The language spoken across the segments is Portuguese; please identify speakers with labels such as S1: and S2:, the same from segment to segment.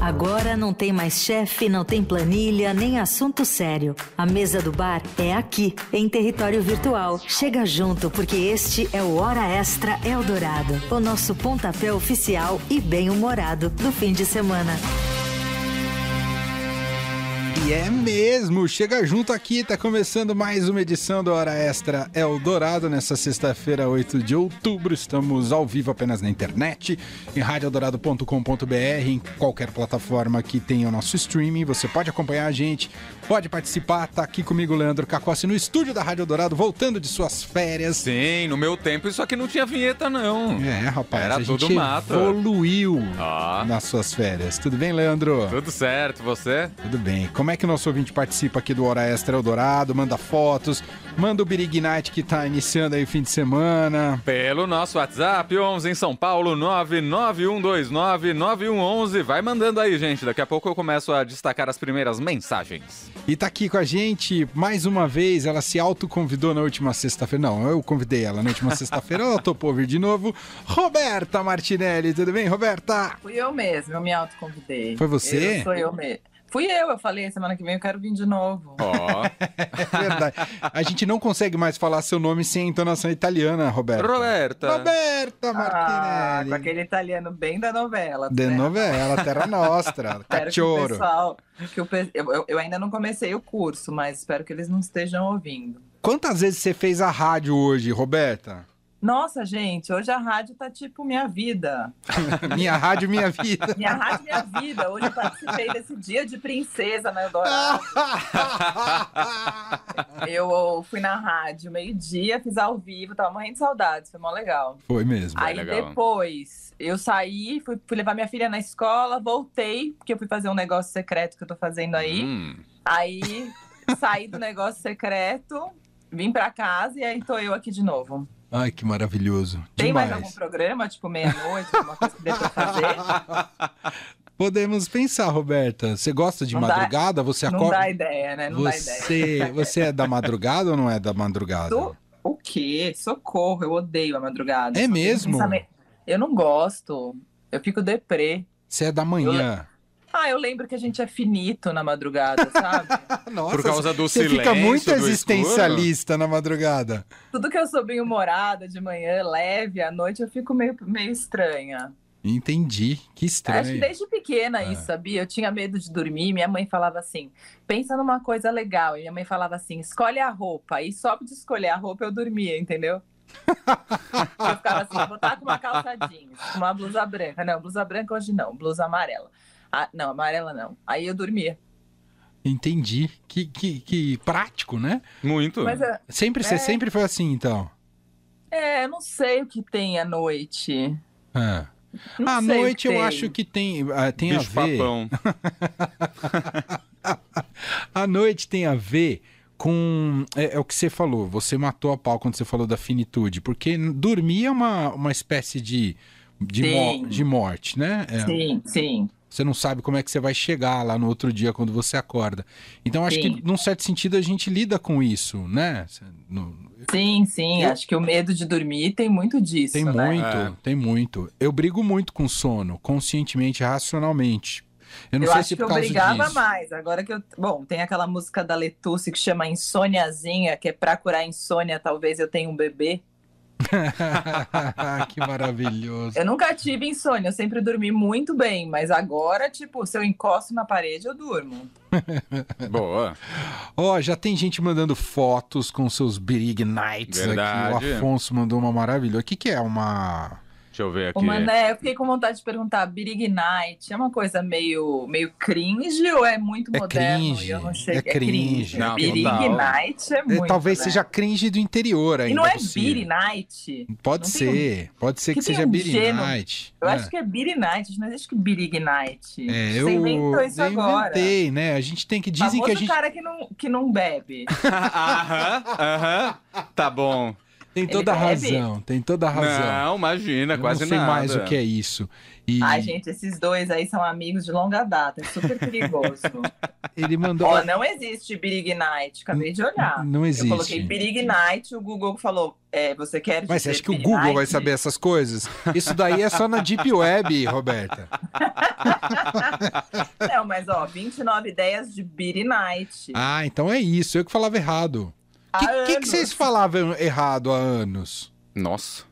S1: Agora não tem mais chefe, não tem planilha, nem assunto sério. A mesa do bar é aqui, em território virtual. Chega junto, porque este é o Hora Extra Eldorado o nosso pontapé oficial e bem-humorado do fim de semana.
S2: E é mesmo, chega junto aqui, tá começando mais uma edição do Hora Extra Eldorado, nessa sexta-feira, 8 de outubro, estamos ao vivo apenas na internet, em radioeldorado.com.br, em qualquer plataforma que tenha o nosso streaming, você pode acompanhar a gente, pode participar, tá aqui comigo Leandro Cacossi no estúdio da Rádio Eldorado, voltando de suas férias.
S3: Sim, no meu tempo isso aqui não tinha vinheta não.
S2: É, rapaz,
S3: Era
S2: a gente
S3: tudo mato.
S2: evoluiu
S3: Ah.
S2: nas suas férias. Tudo bem, Leandro?
S3: Tudo certo, você?
S2: Tudo bem. Como é que o nosso ouvinte participa aqui do Hora Extra Eldorado? Manda fotos, manda o Birig Night que tá iniciando aí o fim de semana.
S3: Pelo nosso WhatsApp, 11 em São Paulo, 991299111. Vai mandando aí, gente. Daqui a pouco eu começo a destacar as primeiras mensagens.
S2: E tá aqui com a gente, mais uma vez, ela se autoconvidou na última sexta-feira. Não, eu convidei ela na última sexta-feira, ela topou vir de novo. Roberta Martinelli, tudo bem, Roberta?
S4: Fui eu mesma, eu me autoconvidei.
S2: Foi você?
S4: Eu sou eu mesmo. Fui eu, eu falei, semana que vem eu quero vir de novo.
S3: Ó,
S2: É verdade. A gente não consegue mais falar seu nome sem a entonação italiana, Roberta.
S3: Roberta.
S2: Roberta
S4: Ah, com
S2: Martinelli.
S4: aquele italiano bem da novela.
S2: De
S4: né?
S2: novela, Terra Nostra,
S4: Espero que o
S2: Cachorro.
S4: pessoal. Que o pe- eu, eu- eu ainda não comecei o curso, mas espero que eles não estejam ouvindo.
S2: Quantas vezes você fez a rádio hoje, Roberta?
S4: Nossa, gente, hoje a rádio tá tipo minha vida.
S2: Minha rádio, minha vida.
S4: Minha rádio, minha vida. Hoje eu participei desse dia de princesa né? na Eldorado. Eu fui na rádio meio-dia, fiz ao vivo, tava morrendo de saudades, foi mó legal.
S2: Foi mesmo.
S3: Bem
S4: Aí
S3: legal.
S4: depois eu saí, fui, fui levar minha filha na escola, voltei, porque eu fui fazer um negócio secreto que eu tô fazendo aí.
S3: Hum.
S4: Aí saí do negócio secreto, vim pra casa e aí tô eu aqui de novo.
S2: Ai, que maravilhoso.
S4: Tem
S2: Demais.
S4: mais algum programa, tipo meia-noite, alguma coisa que dê pra fazer?
S2: Podemos pensar, Roberta. Você gosta de
S4: Não dá-
S2: madrugada? você
S4: Não dá
S2: acorda.
S4: ideia, né? Não dá ideia.
S2: Você, você é da madrugada ou não é da madrugada?
S4: Do- O quê? Socorro, eu odeio a madrugada.
S2: É
S4: Eu tenho
S2: mesmo?
S4: pensamento- Eu não gosto, eu fico deprê.
S2: Você é da manhã.
S4: Ah, eu lembro que a gente é finito na madrugada, sabe?
S2: Nossa,
S3: Por causa do
S2: você
S3: silêncio.
S2: fica muito
S3: do escuro.
S2: existencialista na madrugada.
S4: Tudo que eu sou bem humorada de manhã, leve, à noite eu fico meio, meio estranha.
S2: Entendi. Que
S4: Acho que
S2: estranho.
S4: desde pequena
S2: É.
S4: isso, sabia? Eu tinha medo de dormir, minha mãe falava assim: pensa numa coisa legal. E minha mãe falava assim: escolhe a roupa. E só de escolher a roupa eu dormia, entendeu? eu ficava assim: botar com uma calça jeans, com uma blusa branca. Não, blusa branca hoje não, blusa amarela. Ah, não, amarela não. Aí eu dormia.
S2: Entendi. Que, que, que prático, né?
S3: Muito.
S4: Mas eu-
S2: Sempre, Você
S4: É.
S2: sempre foi assim, então.
S4: é, eu não sei o que tem à noite.
S2: Ah.
S4: Não
S2: À
S4: sei o que é
S2: noite eu
S4: tem.
S2: acho que tem, ah, tem a
S3: Bicho
S2: ver.
S3: papão.
S2: A noite tem a ver com. É, é o que você falou, você matou a pau quando você falou da finitude, porque n- dormir é uma, uma espécie de, de,
S4: Sim.
S2: mo- de morte, né? É,
S4: Sim, sim.
S2: você não sabe como é que você vai chegar lá no outro dia quando você acorda. Então acho
S4: Sim.
S2: que, num certo sentido, a gente lida com isso, né? Cê- no-
S4: Sim, sim.
S2: Eu-
S4: Acho que o medo de dormir tem muito disso,
S2: Tem
S4: né?
S2: muito,
S3: É.
S2: tem muito. Eu brigo muito com sono, conscientemente, racionalmente. Eu não
S4: eu
S2: sei
S4: acho
S2: se é
S4: que
S2: por
S4: eu
S2: causa
S4: brigava
S2: disso.
S4: mais. Agora que eu. Bom, tem aquela música da Letusse que chama Insôniazinha, que é pra curar a insônia, talvez eu tenha um bebê.
S2: que maravilhoso.
S4: Eu nunca tive insônia, eu sempre dormi muito bem, mas agora, tipo, se eu encosto na parede, eu durmo.
S3: Boa.
S2: Ó, já tem gente mandando fotos com seus Big Nights aqui.
S3: Verdade.
S2: O Afonso mandou uma maravilhosa. O que, que é uma.
S3: Deixa eu ver aqui.
S4: Uma, né, eu fiquei com vontade de perguntar: Big Night é uma coisa meio, meio cringe ou é muito
S2: É
S4: moderno? e
S2: cringe,
S4: eu não sei
S2: é
S4: o que é
S2: cringe.
S4: cringe.
S3: Não,
S4: Big
S3: total.
S4: Night é
S2: É,
S4: muito.
S2: talvez
S4: né?
S2: seja cringe do interior ainda.
S4: E não é
S2: possível.
S4: Beery Night?
S2: Pode
S4: Não tem
S2: ser. Pode ser que,
S4: que tem
S2: seja
S4: um
S2: Big
S4: gelo.
S2: Night.
S4: Eu
S2: É.
S4: acho que é Beery Night, não existe que Beery Night.
S2: É,
S4: Você
S2: eu
S4: inventou isso
S2: eu
S4: agora.
S2: inventei, né? A gente tem que. Dizem
S4: Famoso
S2: que a gente
S4: cara que não, que não bebe.
S3: aham, aham. Tá bom.
S2: tem
S4: ele é
S2: toda a
S4: bebe?
S2: razão. Tem toda a razão.
S3: Não, imagina,
S2: Eu
S3: quase
S2: não sei
S3: nada.
S2: mais o que é isso. E
S4: Ai, gente, esses dois aí são amigos de longa data, é super perigoso.
S2: Ele mandou.
S4: Ó, não existe Big Night, acabei de olhar.
S2: Não existe.
S4: Eu coloquei Big Night, o Google falou, é, você quer
S2: Mas você
S4: dizer
S2: acha que o
S4: Big
S2: Google
S4: Night?
S2: vai saber essas coisas? Isso daí é só na Deep Web, Roberta.
S4: Não, mas ó, 29 ideias de Big Night.
S2: Ah, então é isso. Eu que falava errado. O
S4: Há
S2: Ah, que, que que
S4: anos.
S2: vocês falavam errado há anos?
S3: Nossa.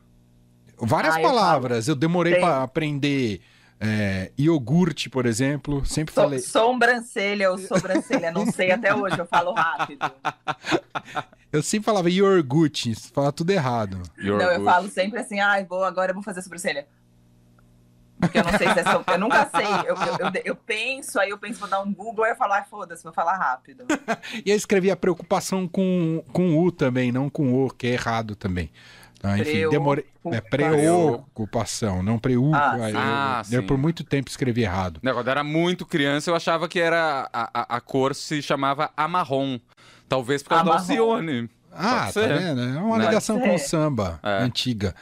S2: Várias
S4: Ah, eu
S2: palavras. Eu, demorei
S4: Tem.
S2: para aprender é, iogurte, por exemplo. Sempre
S4: So-
S2: falei.
S4: Sobrancelha ou sobrancelha, não sei até hoje, eu falo rápido.
S2: Eu sempre falava iogurte. Falava tudo errado.
S3: Your
S4: não, eu
S3: good.
S4: falo sempre assim, ai, vou agora, eu vou fazer sobrancelha. Porque eu não sei se é sobrancelha. Eu nunca sei. Eu, eu, eu- eu penso, aí eu penso, vou dar um Google, aí eu falo, ai, foda-se, vou falar rápido.
S2: E eu escrevi a preocupação com, com U também, não com O, que é errado também. Ah, enfim,
S4: Preo-
S2: demorei. É preocupação, não preocupa.
S4: Ah,
S2: eu,
S3: ah,
S2: eu
S3: sim.
S2: por muito tempo escrevi errado.
S3: Não, quando eu era muito criança, eu achava que era a, a- a cor se chamava amarrom. Talvez por causa da
S4: Amarrom.
S3: Alcione.
S2: Ah, tá
S3: ser.
S2: vendo? É uma
S3: Pode
S2: ligação com o
S4: ser.
S2: samba
S3: É.
S2: antiga.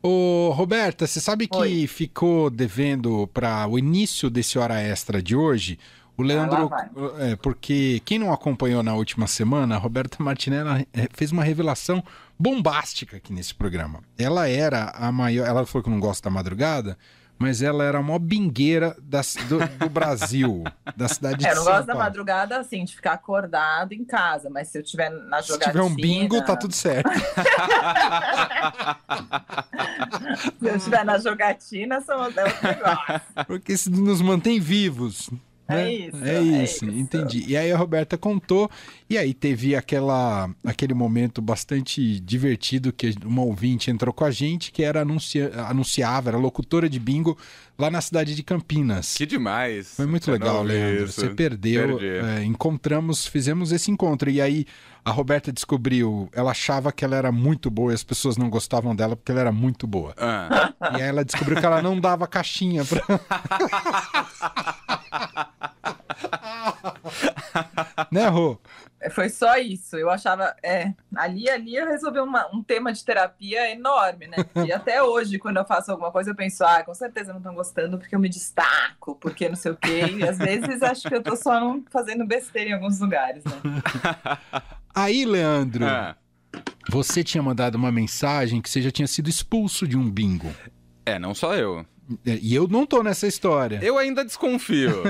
S2: Ô, Roberta, você sabe que
S4: Oi.
S2: ficou devendo para o início desse Hora Extra de hoje? O Leandro,
S4: Ah, vai.
S2: é, porque quem não acompanhou na última semana, a Roberta Martinella eh, fez uma revelação bombástica aqui nesse programa. Ela era a maior, ela falou que não gosta da madrugada, mas ela era a maior bingueira da ci- do, do Brasil, da cidade
S4: É,
S2: de
S4: eu não
S2: São
S4: gosto da
S2: Paulo.
S4: madrugada, assim, de ficar acordado em casa, mas se eu tiver na
S2: Se
S4: jogatina...
S2: tiver um bingo, tá tudo certo.
S4: Se eu tiver na jogatina, é são os meus negócios.
S2: Porque isso nos mantém vivos.
S4: É
S2: né?
S4: isso,
S2: É
S4: é
S2: isso,
S4: isso.
S2: entendi. E aí a Roberta contou, e aí teve aquela, aquele momento bastante divertido que uma ouvinte entrou com a gente, que era anuncia, anunciava, era locutora de bingo lá na cidade de Campinas.
S3: Que demais.
S2: Foi muito legal,
S3: Fenômeno
S2: Leandro.
S3: isso.
S2: Você perdeu.
S3: Perdi.
S2: é, encontramos, fizemos esse encontro. E aí a Roberta descobriu, ela achava que ela era muito boa e as pessoas não gostavam dela porque ela era muito boa.
S3: Ah,
S2: E aí ela descobriu que ela não dava caixinha pra. né, Rô?
S4: É, Foi só isso. Eu achava. É, ali, ali eu resolvi uma- um tema de terapia enorme, né? E até hoje, quando eu faço alguma coisa, eu penso, ah, com certeza não estão gostando porque eu me destaco, porque não sei o quê. E às vezes acho que eu tô só não fazendo besteira em alguns lugares, né?
S2: Aí, Leandro,
S3: ah.
S2: você tinha mandado uma mensagem que você já tinha sido expulso de um bingo. É,
S3: É, não só eu.
S2: E eu não tô nessa história.
S3: Eu ainda desconfio.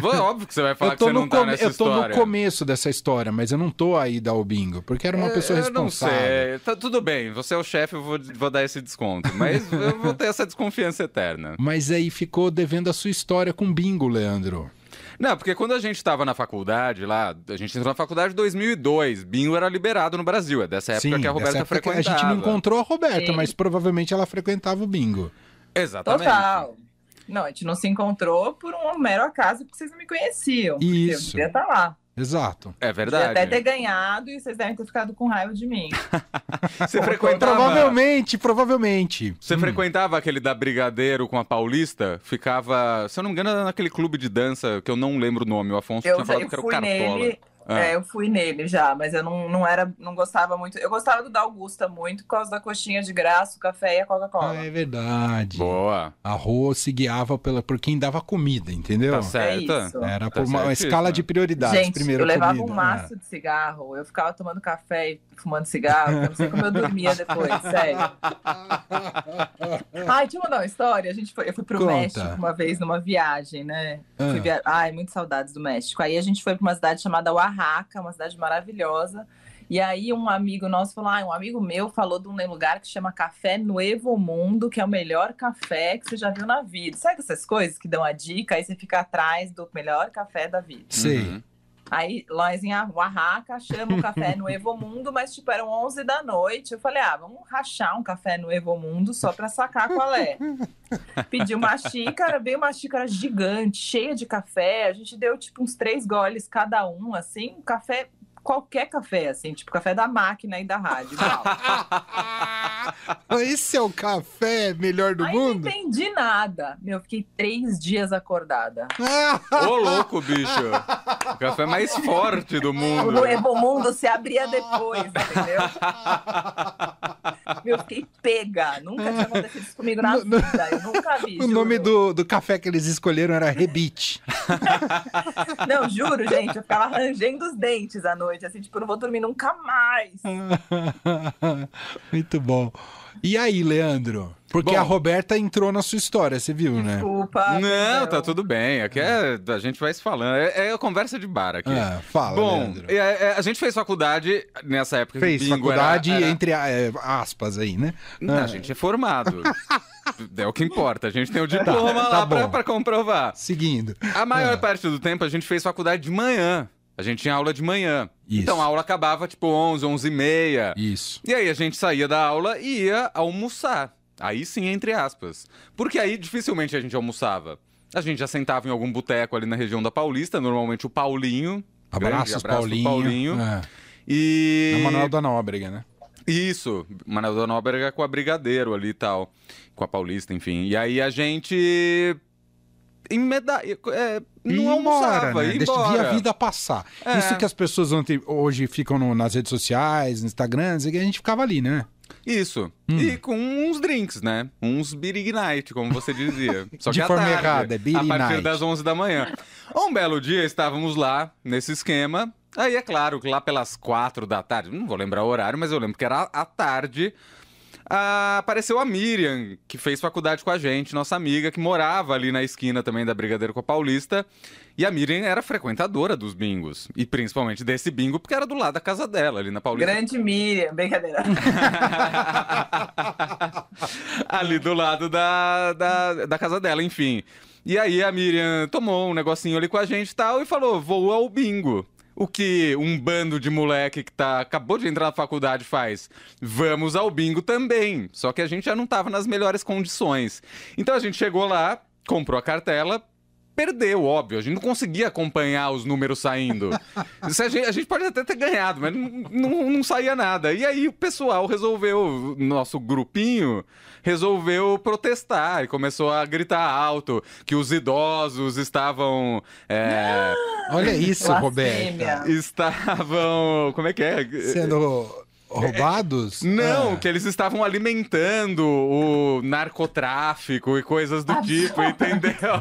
S3: Vou- é Óbvio que você vai falar
S2: Eu tô,
S3: que você
S2: no
S3: não tá
S2: come-
S3: nessa
S2: eu tô no
S3: história.
S2: começo dessa história, mas eu não tô aí dar o bingo, porque era uma pessoa
S3: É, eu não
S2: responsável.
S3: sei. Tá, tudo bem, você é o chefe, eu vou, vou dar esse desconto. Mas eu vou ter essa desconfiança eterna.
S2: Mas aí ficou devendo a sua história com bingo, Leandro.
S3: Não, porque quando a gente tava na faculdade lá, a gente entrou na faculdade em 2002, bingo era liberado no Brasil, é dessa época que
S2: dessa
S3: a Roberta
S2: época que
S3: frequentava.
S2: A gente não encontrou a Roberta,
S4: Sim.
S2: mas provavelmente ela frequentava o bingo.
S3: Exatamente.
S4: Total. Não, a gente não se encontrou por um mero acaso, porque vocês não me conheciam. porque
S2: Isso.
S4: Eu devia estar lá.
S2: Exato.
S3: É
S4: Devia
S3: verdade.
S4: até ter ganhado e vocês devem ter ficado com raiva de mim.
S3: Você frequentava...
S2: Provavelmente, provavelmente.
S3: Você
S2: Hum.
S3: frequentava aquele da Brigadeiro com a Paulista? Ficava, se eu não me engano, era naquele clube de dança que eu não lembro o nome. O Afonso
S4: Eu,
S3: tinha falado
S4: eu
S3: que era o
S4: fui
S3: Cartola.
S4: nele,
S3: Ah.
S4: É, eu fui nele já, mas eu não, não era, não gostava muito. Eu gostava do da Augusta muito por causa da coxinha de graça, o café e a
S2: Ah,
S4: Coca-Cola.
S2: é verdade.
S3: Boa.
S2: A Rô se guiava pela, por quem dava comida, entendeu?
S3: Tá
S4: É
S3: certo.
S4: isso.
S2: Era
S3: Tá
S2: por uma
S3: certíssimo.
S2: escala de prioridades.
S4: Gente,
S2: Primeiro
S4: eu levava
S3: né?
S2: comida.
S4: um maço de cigarro, eu ficava tomando café e fumando cigarro, eu não sei como eu dormia depois, sério.
S2: Ah.
S3: É.
S4: Ai, deixa eu mandar uma história. A gente foi, eu fui pro
S2: Conta.
S4: México uma vez numa viagem, né?
S2: Ah,
S4: Fui via- Ai, muito saudades do México. Aí a gente foi para uma cidade chamada Oaxaca, uma cidade maravilhosa. E aí um amigo nosso falou, ah, um amigo meu falou de um lugar que chama Café Nuevo Mundo, que é o melhor café que você já viu na vida. Sabe essas coisas que dão a dica, aí você fica atrás do melhor café da vida.
S2: Sei.
S3: Uhum.
S4: Aí nós em Oaxaca achamos o Café Nuevo Mundo, mas tipo, eram 11 da noite. Eu falei, ah, vamos rachar um Café Nuevo Mundo só pra sacar qual é. Pedi uma xícara, veio uma xícara gigante, cheia de café. A gente deu tipo uns três goles cada um, assim, um café, qualquer café, assim, tipo café da máquina e da rádio. igual.
S2: Esse é o café melhor do
S4: Aí não
S2: mundo?
S4: entendi nada. Meu, eu fiquei três dias acordada.
S3: Ô, louco, bicho! O café mais forte do
S4: O
S2: né?
S3: mundo.
S4: Nuevo Mundo se abria depois, entendeu? Meu, eu fiquei pega. Nunca tinha acontecido isso comigo na vida. Eu nunca vi.
S2: O nome
S4: juro.
S2: do, do café que eles escolheram era Rebite.
S4: Não, juro, gente. Eu ficava rangendo os dentes à noite. Assim, tipo, eu não vou dormir nunca mais.
S2: É. Muito bom. E aí, Leandro? Porque
S3: Bom.
S2: a Roberta entrou na sua história, você viu, né?
S4: Desculpa.
S3: Não,
S4: perdão.
S3: tá tudo bem. Aqui é- a gente vai se falando. É, é conversa de bar aqui.
S2: Ah, fala,
S3: Bom,
S2: Leandro.
S3: é- é, a gente fez faculdade nessa época. que
S2: Fez
S3: bingo era-
S2: faculdade,
S3: era-
S2: entre a- é, aspas aí, né?
S3: Não, a gente é formado. é o que importa. A gente tem o diploma
S2: Tá, tá
S3: lá pra,
S2: bom.
S3: pra comprovar.
S2: Seguindo.
S3: A maior
S2: É.
S3: parte do tempo a gente fez faculdade de manhã. A gente tinha aula de manhã.
S2: Isso.
S3: Então a aula acabava tipo 11, 11 e meia.
S2: Isso.
S3: E aí a gente saía da aula e ia almoçar. Aí sim, entre aspas. Porque aí dificilmente a gente almoçava. A gente já sentava em algum boteco ali na região da Paulista, normalmente o Paulinho.
S2: Abraços,
S3: Grande abraço,
S2: Paulinho.
S3: Paulinho.
S2: É.
S3: E.
S2: É o Manuel da Nóbrega, né?
S3: Isso, Manuel da Nóbrega com a Brigadeiro ali e tal. Com a Paulista, enfim. E aí a gente. Emeda... é, não
S2: E
S3: almoçava,
S2: embora, né?
S3: ia
S2: Deixa
S3: embora.
S2: via a vida passar.
S3: É.
S2: Isso que as pessoas ontem- hoje ficam no- nas redes sociais, no Instagram, não sei o que, a gente ficava ali, né?
S3: Isso.
S2: Hum.
S3: E com uns drinks, né? Uns Birig Night, como você dizia. Só
S2: De
S3: que à
S2: forma
S3: tarde,
S2: errada, é Birig
S3: A partir
S2: Night.
S3: das 11 da manhã. Um belo dia estávamos lá, nesse esquema. Aí é claro que lá pelas quatro da tarde, não vou lembrar o horário, mas eu lembro que era à tarde. ah, apareceu a Miriam, que fez faculdade com a gente, nossa amiga, que morava ali na esquina também da Brigadeiro com a Paulista. E a Miriam era frequentadora dos bingos. E principalmente desse bingo, porque era do lado da casa dela, ali na Paulista.
S4: Grande Miriam, brincadeira.
S3: Ali do lado da, da, da casa dela, enfim. E aí a Miriam tomou um negocinho ali com a gente e tal e falou: vou ao bingo. O que um bando de moleque que tá, acabou de entrar na faculdade faz? Vamos ao bingo também. Só que a gente já não tava nas melhores condições. Então a gente chegou lá, comprou a cartela, perdeu, óbvio. A gente não conseguia acompanhar os números saindo. Isso a, gente, a gente pode até ter ganhado, mas não, não, não saía nada. E aí o pessoal resolveu, o nosso grupinho, resolveu protestar e começou a gritar alto que os idosos estavam. é,
S2: Olha isso,
S4: Blasfêmia.
S2: Roberta.
S3: estavam. Como é que é?
S2: Sendo roubados?
S3: Não,
S2: Ah.
S3: que eles estavam alimentando o narcotráfico e coisas
S2: Ah,
S3: do tipo, entendeu?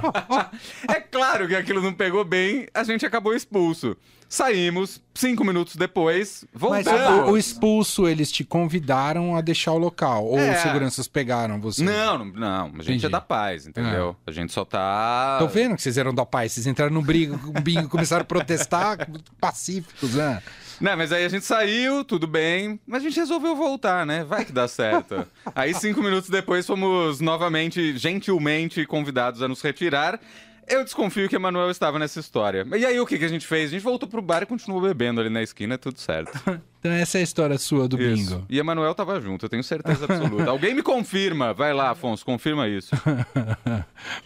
S3: é claro que aquilo não pegou bem, a gente acabou expulso. Saímos, cinco minutos depois,
S2: Mas
S3: voltamos.
S2: o, o expulso, eles te convidaram a deixar o local. Ou
S3: É.
S2: os seguranças pegaram você.
S3: Não, não, não, a
S2: Entendi.
S3: gente
S2: É. Então
S3: é da paz, entendeu? A gente só tá.
S2: Tô vendo que vocês eram da paz. Vocês entraram no brigo, bingo, começaram a protestar, pacíficos, né?
S3: Não, mas aí a gente saiu, tudo bem, mas a gente resolveu voltar, né? Vai que dá certo. aí, cinco minutos depois, fomos novamente, gentilmente convidados a nos retirar. Eu desconfio que Emanuel estava nessa história. E aí, o que, que a gente fez? A gente voltou pro bar e continuou bebendo ali na esquina, tudo certo.
S2: Então essa é a história sua do
S3: Isso.
S2: bingo.
S3: E Emanuel tava junto, eu tenho certeza absoluta. Alguém me confirma. Vai lá, Afonso, confirma isso.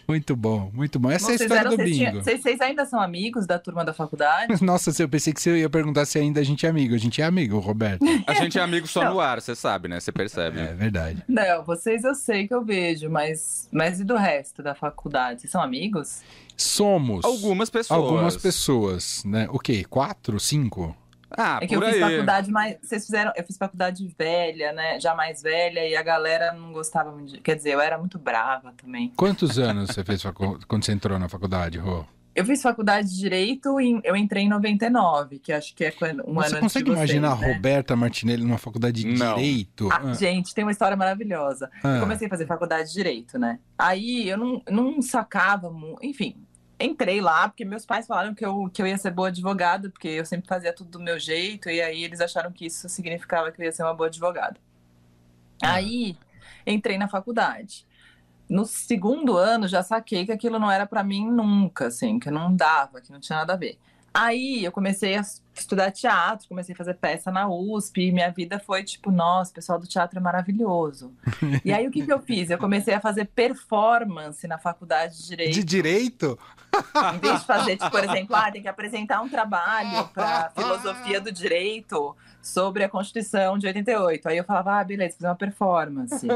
S2: muito bom, muito bom. Essa é a
S4: Vocês
S2: história
S4: eram-
S2: do
S4: vocês
S2: bingo.
S4: tinham- vocês- vocês ainda são amigos da turma da faculdade?
S2: Nossa, eu pensei que você ia perguntar se ainda a gente é amigo. A gente é amigo, Roberto.
S3: A gente é amigo só
S4: Não.
S3: no ar, você sabe, né? Você percebe.
S2: É verdade.
S4: Não, vocês eu sei que eu vejo, mas, mas e do resto da faculdade? Vocês são amigos?
S2: Somos
S3: Algumas pessoas.
S2: algumas pessoas, né? O quê? Quatro? Cinco?
S3: Ah,
S4: é que eu
S3: por
S4: fiz
S3: aí.
S4: faculdade mais. Vocês fizeram. Eu fiz faculdade velha, né? Já mais velha, e a galera não gostava muito. de- Quer dizer, eu era muito brava também.
S2: Quantos anos você fez facu- quando você entrou na faculdade, Rô?
S4: Eu fiz faculdade de Direito e eu entrei em 99, que acho que é quando-
S2: Você
S4: um ano antes de
S2: consegue
S4: vocês,
S2: imaginar a
S4: né?
S2: Roberta Martinelli numa faculdade de
S3: Não.
S2: direito?
S4: Ah, gente, tem uma história maravilhosa.
S2: Ah,
S4: Eu comecei a fazer faculdade de Direito, né? Aí eu não, não sacava muito. Enfim, entrei lá, porque meus pais falaram que eu, que eu ia ser boa advogada, porque eu sempre fazia tudo do meu jeito, e aí eles acharam que isso significava que eu ia ser uma boa advogada. Aí entrei na faculdade. No segundo ano já saquei que aquilo não era pra mim nunca, assim, que não dava, que não tinha nada a ver. Aí eu comecei a estudar teatro, comecei a fazer peça na USP, e minha vida foi tipo, nossa, o pessoal do teatro é maravilhoso. e aí o que, que eu fiz? Eu comecei a fazer performance na faculdade de Direito.
S2: De direito?
S4: Em vez de fazer, tipo, por exemplo, ah, tem que apresentar um trabalho para filosofia do direito sobre a Constituição de 88. Aí eu falava, ah, beleza, fazer uma performance.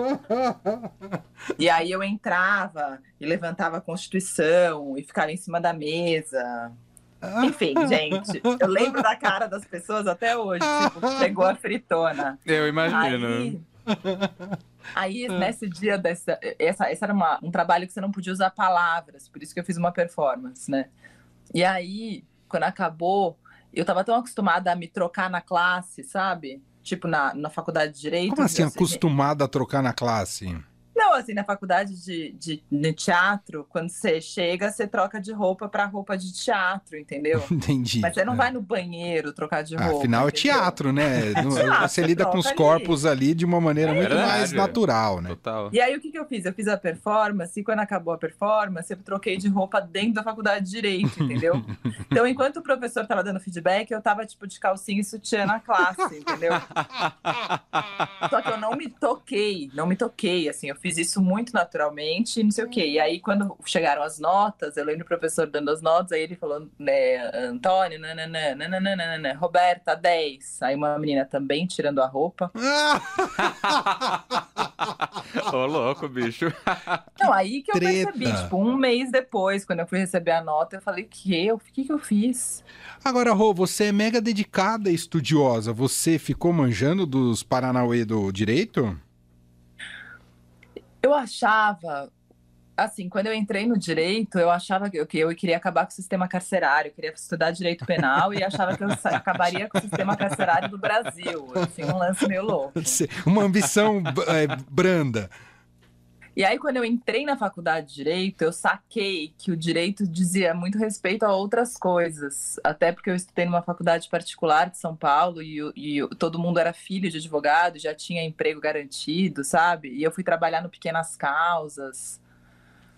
S4: E aí eu entrava e levantava a Constituição e ficava em cima da mesa. Enfim, gente, eu lembro da cara das pessoas até hoje, tipo, pegou a fritona.
S3: Eu imagino.
S4: Aí, Aí, nesse dia dessa. Essa, essa era uma, um trabalho que você não podia usar palavras, por isso que eu fiz uma performance, né? E aí, quando acabou, eu tava tão acostumada a me trocar na classe, sabe? Tipo, na, na faculdade de Direito.
S2: Como assim,
S4: eu sei-
S2: acostumada a trocar na classe?
S4: Não, assim, na faculdade de, de, de teatro, quando você chega, você troca de roupa pra roupa de teatro, entendeu?
S2: Entendi.
S4: Mas você não
S2: É.
S4: vai no banheiro trocar de
S2: Ah,
S4: roupa.
S2: Afinal, é
S4: entendeu?
S2: teatro, né? Não-
S4: teatro, É
S2: Você lida com os
S4: troca
S2: corpos ali de uma maneira muito
S3: verdade.
S2: mais natural, né?
S3: Total.
S4: E aí, o que, que eu fiz? Eu fiz a performance, e quando acabou a performance, eu troquei de roupa dentro da faculdade de Direito, entendeu? então, enquanto o professor tava dando feedback, eu tava, tipo, de calcinha e sutiã na classe, entendeu? Só que eu não me toquei, não me toquei, assim, eu fiz isso muito naturalmente, e não sei o quê. E aí, quando chegaram as notas, eu lembro o professor dando as notas, aí ele falou, né, Antônio, nananã, nananã, nananã, Roberta, 10. Aí uma menina também tirando a roupa.
S3: Ô, louco, bicho.
S4: Não, aí que eu
S2: treta.
S4: percebi, tipo, um mês depois, quando eu fui receber a nota, eu falei, que eu, o que que eu fiz?
S2: Agora, Rô, você é mega dedicada e estudiosa. Você ficou manjando dos Paranauê do direito?
S4: Eu achava, assim, quando eu entrei no direito, eu achava que eu, que eu queria acabar com o sistema carcerário, eu queria estudar direito penal e achava que eu sa- acabaria com o sistema carcerário do Brasil, assim, um lance meio louco.
S2: Você- Uma ambição b- é, branda.
S4: E aí, quando eu entrei na faculdade de Direito, eu saquei que o direito dizia muito respeito a outras coisas. Até porque eu estudei numa faculdade particular de São Paulo e, o- e o- todo mundo era filho de advogado, já tinha emprego garantido, sabe? E eu fui trabalhar no Pequenas Causas.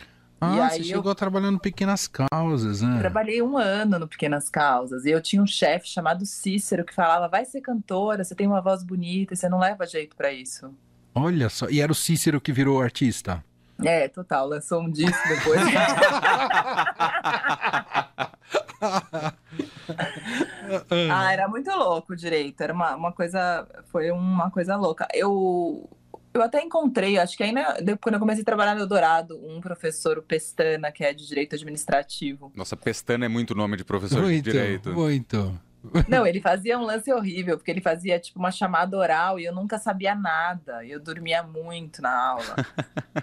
S4: E
S2: Ah,
S4: aí
S2: você
S4: eu-
S2: chegou trabalhando pequenas causas, né?
S4: Trabalhei um ano no Pequenas Causas. E eu tinha um chefe chamado Cícero que falava: vai ser cantora, você tem uma voz bonita, você não leva jeito pra isso.
S2: Olha só, e era o Cícero que virou artista.
S4: É, total, lançou um disco depois. ah, era muito louco o direito, era uma, uma coisa, foi uma coisa louca. Eu, eu até encontrei, acho que ainda de- quando eu comecei a trabalhar no Eldorado, um professor, o Pestana, que é de direito administrativo.
S3: Nossa, Pestana é muito nome de professor
S2: Muito,
S3: de direito.
S2: muito.
S4: Não, ele fazia um lance horrível, porque ele fazia tipo uma chamada oral e eu nunca sabia nada. Eu dormia muito na aula.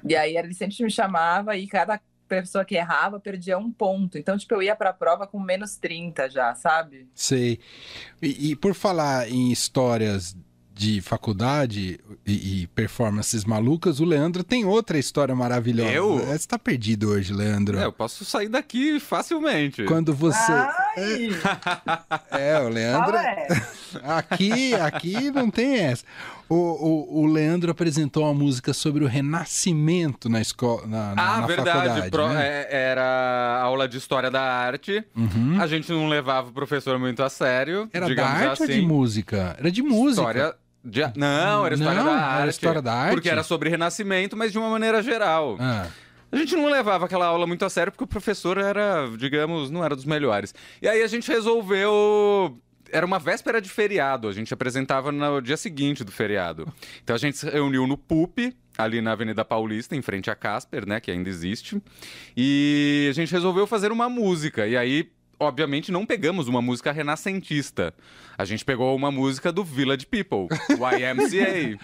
S4: E aí ele sempre me chamava e cada pessoa que errava perdia um ponto. Então, tipo, eu ia pra prova com menos 30 já, sabe?
S2: Sei. E, e por falar em histórias de faculdade e, e performances malucas, o Leandro tem outra história maravilhosa.
S3: Eu?
S2: É, Você tá perdido hoje, Leandro.
S3: É, eu posso sair daqui facilmente.
S2: Quando você.
S4: Ai!
S2: É, o Leandro.
S4: Ah, Fala, é.
S2: Aqui, aqui não tem essa. O, o, o Leandro apresentou uma música sobre o renascimento na escola. Na, na,
S3: Ah,
S2: na
S3: verdade.
S2: faculdade,
S3: pro-
S2: né?
S3: é- era aula de história da arte.
S2: Uhum.
S3: A gente não levava o professor muito a sério.
S2: Era da
S3: digamos
S2: arte
S3: assim.
S2: ou de música? Era de música.
S3: História de- Não, era história
S2: Não,
S3: da
S2: era
S3: arte.
S2: história da arte?
S3: Porque era sobre renascimento, mas de uma maneira geral.
S2: Ah,
S3: A gente não levava aquela aula muito a sério porque o professor era, digamos, não era dos melhores. E aí a gente resolveu. Era uma véspera de feriado, a gente apresentava no dia seguinte do feriado. Então a gente se reuniu no PUP, ali na Avenida Paulista, em frente a Casper, né, que ainda existe. E a gente resolveu fazer uma música. E aí, obviamente, não pegamos uma música renascentista. A gente pegou uma música do Village People, o YMCA.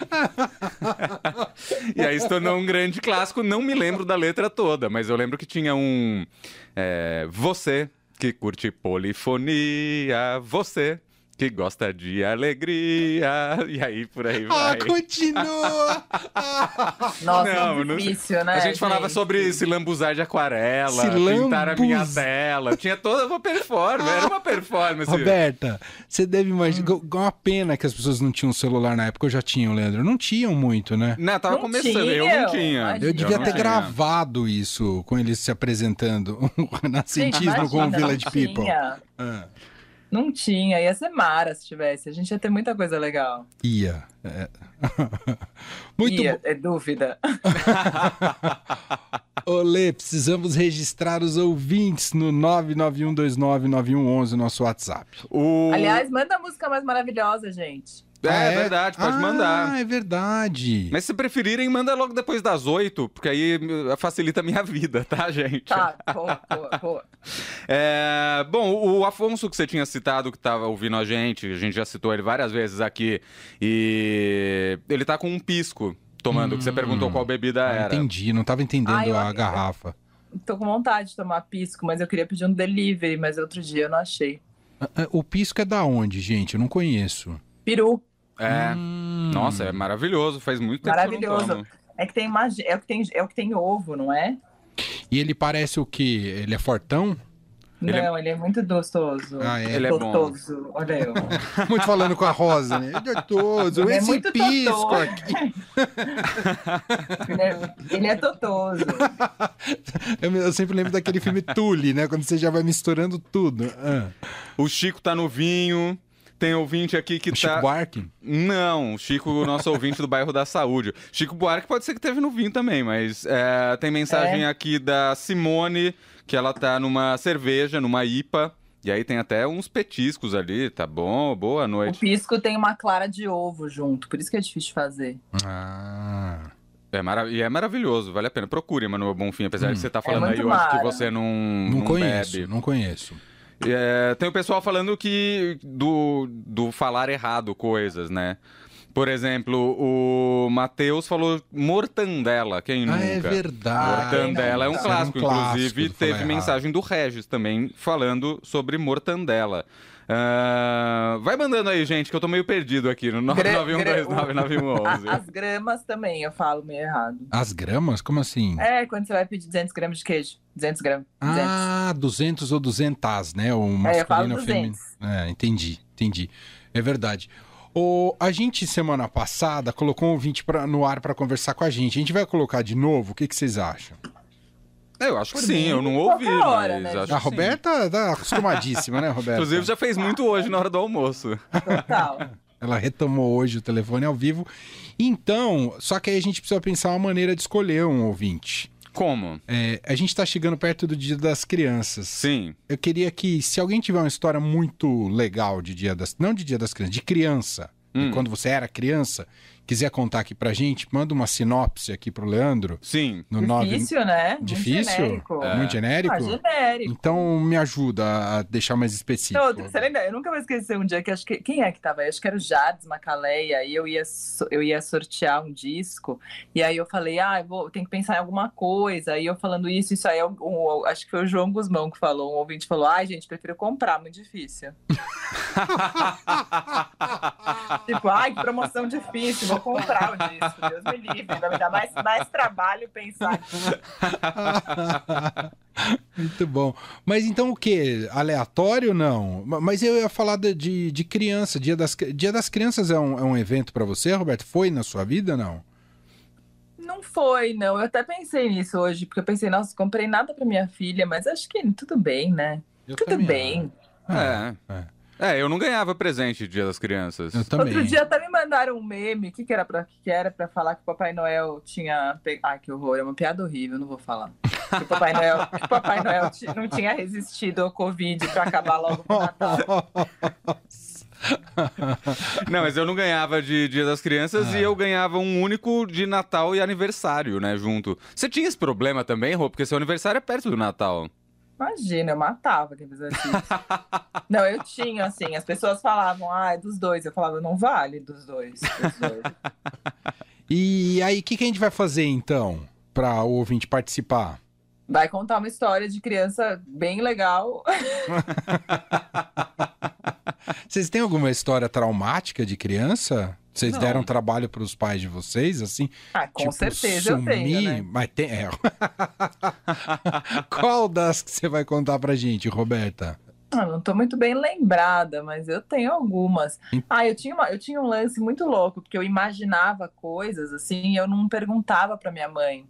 S3: E aí se tornou um grande clássico. Não me lembro da letra toda, mas eu lembro que tinha um. é, você que curte polifonia, você que gosta de alegria. E aí por aí
S2: ah
S3: vai.
S2: continua!
S4: Nossa,
S3: Não,
S4: é
S3: não-
S4: difícil, né?
S3: A gente falava sobre se lambuzar de aquarela, pintar a minha
S2: Silambuz-
S3: tela. Tinha toda uma performance, era uma performance.
S2: Roberta, você deve
S3: Hum.
S2: imaginar. É Uma pena que as pessoas não tinham celular na época. Eu já tinha, Leandro. Não tinham muito, né?
S3: Não, tava
S4: Não
S3: começando, eu
S4: tinha,
S3: não tinha.
S4: imagina.
S2: Eu devia
S3: não
S2: ter
S3: tinha.
S2: gravado isso com eles se apresentando. O
S4: Gente,
S2: renascentismo com o
S4: imagina,
S2: Village
S4: não
S2: People.
S4: Tinha.
S2: Ah,
S4: Não tinha, ia ser mara se tivesse. A gente ia ter muita coisa legal.
S2: ia. É. Muito
S4: ia, é dúvida.
S2: Olê, precisamos registrar os ouvintes no 991299111, nosso WhatsApp.
S3: O-
S4: Aliás, manda a música mais maravilhosa, gente.
S3: é,
S2: Ah,
S3: verdade, pode
S2: ah,
S3: mandar.
S2: é verdade.
S3: Mas se preferirem, manda logo depois das oito, porque aí eh, facilita a minha vida, tá, gente?
S4: Tá, boa, boa, boa.
S3: É, bom, o Afonso que você tinha citado, que estava ouvindo a gente, a gente já citou ele várias vezes aqui, e ele tá com um pisco tomando, que você perguntou qual bebida
S2: Não
S3: era.
S2: Ah, entendi, não tava entendendo
S4: Ai, eu
S2: a
S4: achei-
S2: garrafa.
S4: Tô com vontade de tomar pisco, mas eu queria pedir um delivery, mas outro dia eu não achei.
S2: Ah, ah, O pisco é da onde, gente? Eu não conheço.
S4: Peru.
S3: É.
S2: Hum.
S3: Nossa, é maravilhoso, faz muito tempo
S4: Maravilhoso.
S3: que eu não tomo.
S4: É que tem magi- é o que tem, é o que tem ovo, não é?
S2: E ele parece o quê? Ele é fortão?
S3: Ele é-
S4: não, ele é muito gostoso.
S2: Ah, é.
S3: Ele é bom.
S4: gostoso. Olha eu.
S2: Muito falando com a Rosa, né? Ele é todo,
S4: É
S2: esse
S4: muito
S2: pisco
S4: totó.
S2: aqui.
S4: ele, é, ele é totoso.
S2: Eu, eu sempre lembro daquele filme Tule, né? Quando você já vai misturando tudo. Ah,
S3: O Chico tá no vinho. Tem ouvinte aqui que
S2: o Chico
S3: tá.
S2: Buarque?
S3: Não, o Chico, o nosso ouvinte do bairro da Saúde. Chico Buarque pode ser que teve no vinho também, mas é, tem mensagem aqui da Simone, que ela tá numa cerveja, numa IPA. E aí tem até uns petiscos ali, tá bom? Boa
S4: O
S3: noite.
S4: pisco tem uma clara de ovo junto, por isso que é difícil de fazer.
S2: Ah.
S3: É mara- E é maravilhoso, vale a pena. Procure, Manuel Bonfim, apesar de você estar
S4: É
S3: falando aí
S4: muito
S3: hoje que
S4: mara.
S3: você não,
S2: Hum. Não,
S3: Hum, não
S2: conheço,
S3: bebe.
S2: não conheço.
S3: É, tem o pessoal falando que do, do falar errado coisas, né? Por exemplo, o Matheus falou mortandela, quem
S2: Ah,
S3: nunca?
S2: é verdade.
S3: Mortandela é um
S2: Isso era
S3: clássico, inclusive
S2: do falar
S3: teve
S2: errado.
S3: mensagem do Regis também falando sobre mortandela. Ah, vai mandando aí, gente, que eu tô meio perdido aqui no
S4: Gre-
S3: 991299111.
S4: A- as gramas também, eu falo meio errado.
S2: As gramas? Como assim?
S4: É, quando você vai pedir 200 gramas de queijo. 200 gramas. 200.
S2: Ah, 200 ou 200, né? O
S4: é, eu falo
S2: masculino ou feminino.
S4: 200.
S2: É, entendi, entendi. É verdade. O, a gente, semana passada, colocou um ouvinte pra, no ar para conversar com a gente. A gente vai colocar de novo? O que, que vocês acham?
S3: É, eu acho que
S4: Por
S3: sim,
S4: mim,
S3: eu não ouvi,
S4: qualquer hora,
S3: mas
S4: né,
S3: acho
S4: gente?
S2: A
S3: que sim.
S2: Roberta tá acostumadíssima, né, Roberta?
S3: Inclusive já fez muito hoje na hora do almoço.
S4: Total.
S2: Ela retomou hoje o telefone ao vivo. Então, só que aí a gente precisa pensar uma maneira de escolher um ouvinte.
S3: Como?
S2: É, a gente tá chegando perto do Dia das Crianças.
S3: Sim.
S2: Eu queria que, se alguém tiver uma história muito legal de Dia das... Não de Dia das Crianças, de criança. de
S3: Hum.
S2: quando você era criança, quiser contar aqui pra gente, manda uma sinopse aqui pro Leandro.
S3: Sim.
S2: No Nove...
S4: Difícil, né? Muito
S2: Difícil?
S4: genérico.
S3: É.
S2: Muito genérico?
S4: Ah, genérico.
S2: Então me ajuda a deixar mais específico.
S4: Não, você lembra? Eu nunca vou esquecer um dia que acho que. Quem é que tava aí? Acho que era o Jades Macaleia, e eu ia, so- eu ia sortear um disco, e aí eu falei, ah, eu vou, tem que pensar em alguma coisa. Aí eu falando isso, isso aí, eu- um- acho que foi o João Guzmão que falou, um ouvinte falou, ai, gente, prefiro comprar, muito difícil. Tipo, ai, que promoção difícil, vou comprar o disco, Deus me livre, vai me dar mais, mais trabalho pensar.
S2: Muito bom. Mas então o que? Aleatório não? Ma- Mas eu ia falar de, de, de criança. Dia das, Cri- Dia das Crianças é um, é um evento pra você, Roberto? Foi na sua vida não?
S4: Não foi, não. Eu até pensei nisso hoje, porque eu pensei, nossa, comprei nada pra minha filha, mas acho que tudo bem, né?
S2: Eu
S4: tudo
S2: também
S4: bem.
S2: Ah,
S3: É. É, eu não ganhava presente Dia das Crianças.
S2: Eu também.
S4: Outro dia até me mandaram um meme, que que era pra, que era pra falar que o Papai Noel tinha... Pe... Ai, que horror, é uma piada horrível, não vou falar. Que o Papai Noel, que o Papai Noel ti- não tinha resistido ao Covid pra acabar logo com o Natal.
S3: Não, mas eu não ganhava de Dia das Crianças
S2: Ah.
S3: e eu ganhava um único de Natal e aniversário, né, junto. Você tinha esse problema também, Rô? Porque seu aniversário é perto do Natal.
S4: Imagina, eu matava quem fizesse isso. Não, eu tinha, assim, as pessoas falavam, ah, é dos dois. Eu falava, não vale dos dois. Dos dois.
S2: E aí, o que, que a gente vai fazer então pra o ouvinte participar?
S4: Vai contar uma história de criança bem legal.
S2: Vocês têm alguma história traumática de criança? Vocês
S3: Não.
S2: deram trabalho pros pais de vocês, assim?
S4: Ah, com
S2: Tipo,
S4: certeza eu tenho, né?
S2: Mas tem. é. Qual das que você vai contar pra gente, Roberta?
S4: Ah, não tô muito bem lembrada, mas eu tenho algumas.
S2: Hum.
S4: Ah, eu tinha, uma- eu tinha um lance muito louco, porque eu imaginava coisas assim, e eu não perguntava pra minha mãe.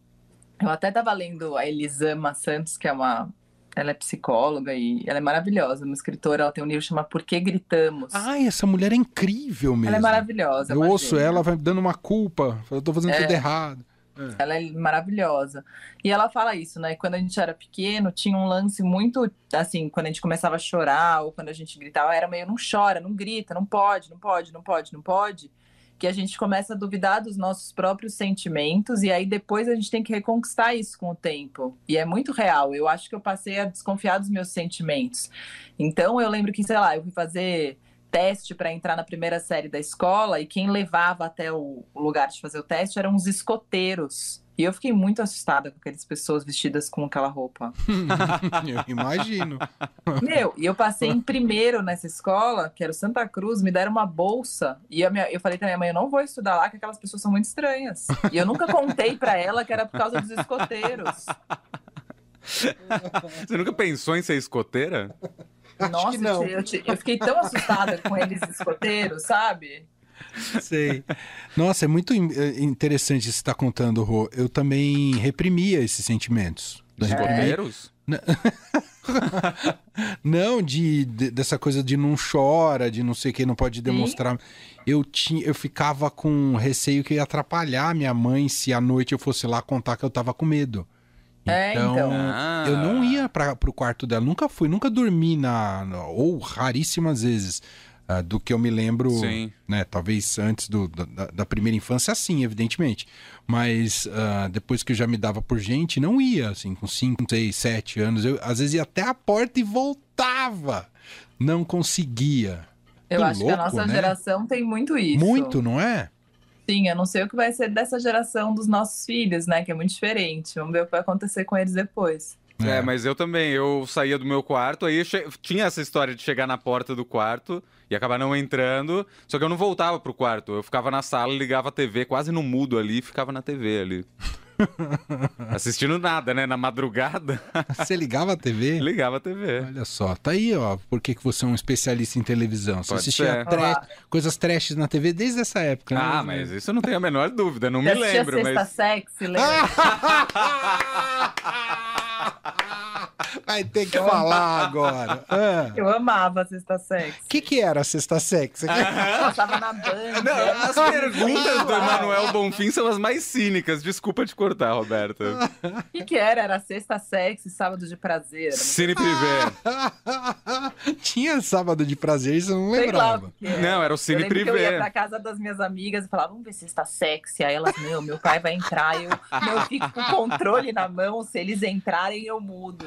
S4: Eu até tava lendo a Elisama Santos, que é uma. Ela é psicóloga e ela é maravilhosa, uma escritora. Ela tem um livro chamado Por que Gritamos?
S2: Ai, essa mulher é incrível mesmo.
S4: ela é maravilhosa.
S2: Eu
S4: uma
S2: ouço
S4: gênia.
S2: ela, vai me dando uma culpa. Eu tô fazendo
S4: É.
S2: tudo errado.
S4: Ela é maravilhosa. E ela fala isso, né? Quando a gente era pequeno, tinha um lance muito assim, quando a gente começava a chorar ou quando a gente gritava, era meio não chora, não grita, não pode, não pode, não pode, não pode. que a gente começa a duvidar dos nossos próprios sentimentos e aí depois a gente tem que reconquistar isso com o tempo. E é muito real. Eu acho que eu passei a desconfiar dos meus sentimentos. Então eu lembro que, sei lá, eu fui fazer teste para entrar na primeira série da escola e quem levava até o lugar de fazer o teste eram os escoteiros. E eu fiquei muito assustada com aquelas pessoas vestidas com aquela roupa.
S2: eu imagino.
S4: Meu, e eu passei em primeiro nessa escola, que era o Santa Cruz, me deram uma bolsa. E eu, eu falei pra minha mãe, eu não vou estudar lá, que aquelas pessoas são muito estranhas. E eu nunca contei para ela que era por causa dos escoteiros.
S3: Você nunca pensou em ser escoteira?
S2: Acho
S4: Nossa,
S2: que não.
S4: Eu, te- eu fiquei tão assustada com eles escoteiros, sabe?
S2: Sei. Nossa, é muito in- é interessante isso que você está contando, Rô. Eu também reprimia esses sentimentos. Né? Não reprimia-
S3: Escoteiros?
S2: Não, de, de- dessa coisa de não chora, de não sei o que, não pode demonstrar. Eu, tinha, eu ficava com receio que ia atrapalhar minha mãe se à noite eu fosse lá contar que eu tava com medo.
S4: É, então.
S3: Ah.
S2: Eu não ia para pro quarto dela, nunca fui, nunca dormi na, na- ou raríssimas vezes. ah, do que eu me lembro,
S3: Sim.
S2: né? Talvez antes do- da- da, da primeira infância, assim, evidentemente. Mas ah, depois que eu já me dava por gente, não ia, assim, com 5, 6, 7 anos. Eu às vezes ia até a porta e voltava. Não conseguia.
S4: Eu
S2: Que
S4: acho que a
S2: louco,
S4: nossa
S2: né?
S4: geração tem muito isso.
S2: Muito, não é?
S4: Sim, eu não sei o que vai ser dessa geração dos nossos filhos, né? Que é muito diferente. Vamos ver o que vai acontecer com eles depois.
S3: É, mas eu também. Eu saía do meu quarto, aí che- tinha essa história de chegar na porta do quarto e acabar não entrando. Só que eu não voltava pro quarto. Eu ficava na sala, ligava a TV, quase no mudo ali, e ficava na TV ali. Assistindo nada, né? Na madrugada,
S2: Você ligava a TV?
S3: ligava a TV.
S2: Olha só, tá aí, ó, por que que você é um especialista em televisão. Você
S3: Pode
S2: assistia
S3: ser.
S2: tra-
S4: Olá.
S2: coisas trashes na TV desde essa época. né?
S3: Ah, mas isso eu não tenho a menor dúvida, não me
S4: Você assistia
S3: lembro,
S4: Sexta
S3: mas.
S4: Sexy, lembra?
S2: Ah! Vai ter que falar agora. Ah. O
S4: Eu amava Sexta Sexy.
S2: que, que era a sexta sexy?
S4: Eu passava na banda.
S3: Não, as perguntas do Emanuel Bonfim são as mais cínicas. Desculpa te cortar, Roberta.
S4: O que, que era? Era Sexta Sexy, Sábado de Prazer.
S3: Cine
S4: Ah,
S3: Privé.
S2: Tinha sábado de prazer, isso eu não
S4: Sei lá
S2: lembrava.
S4: o que era.
S3: Não, era o Cine
S4: é. eu lembro que eu
S3: Privé.
S4: ia pra casa das minhas amigas e falava, vamos ver se está sexy. Aí elas, meu, meu pai vai entrar. Eu, eu fico com o controle na mão, se eles entrarem, eu mudo.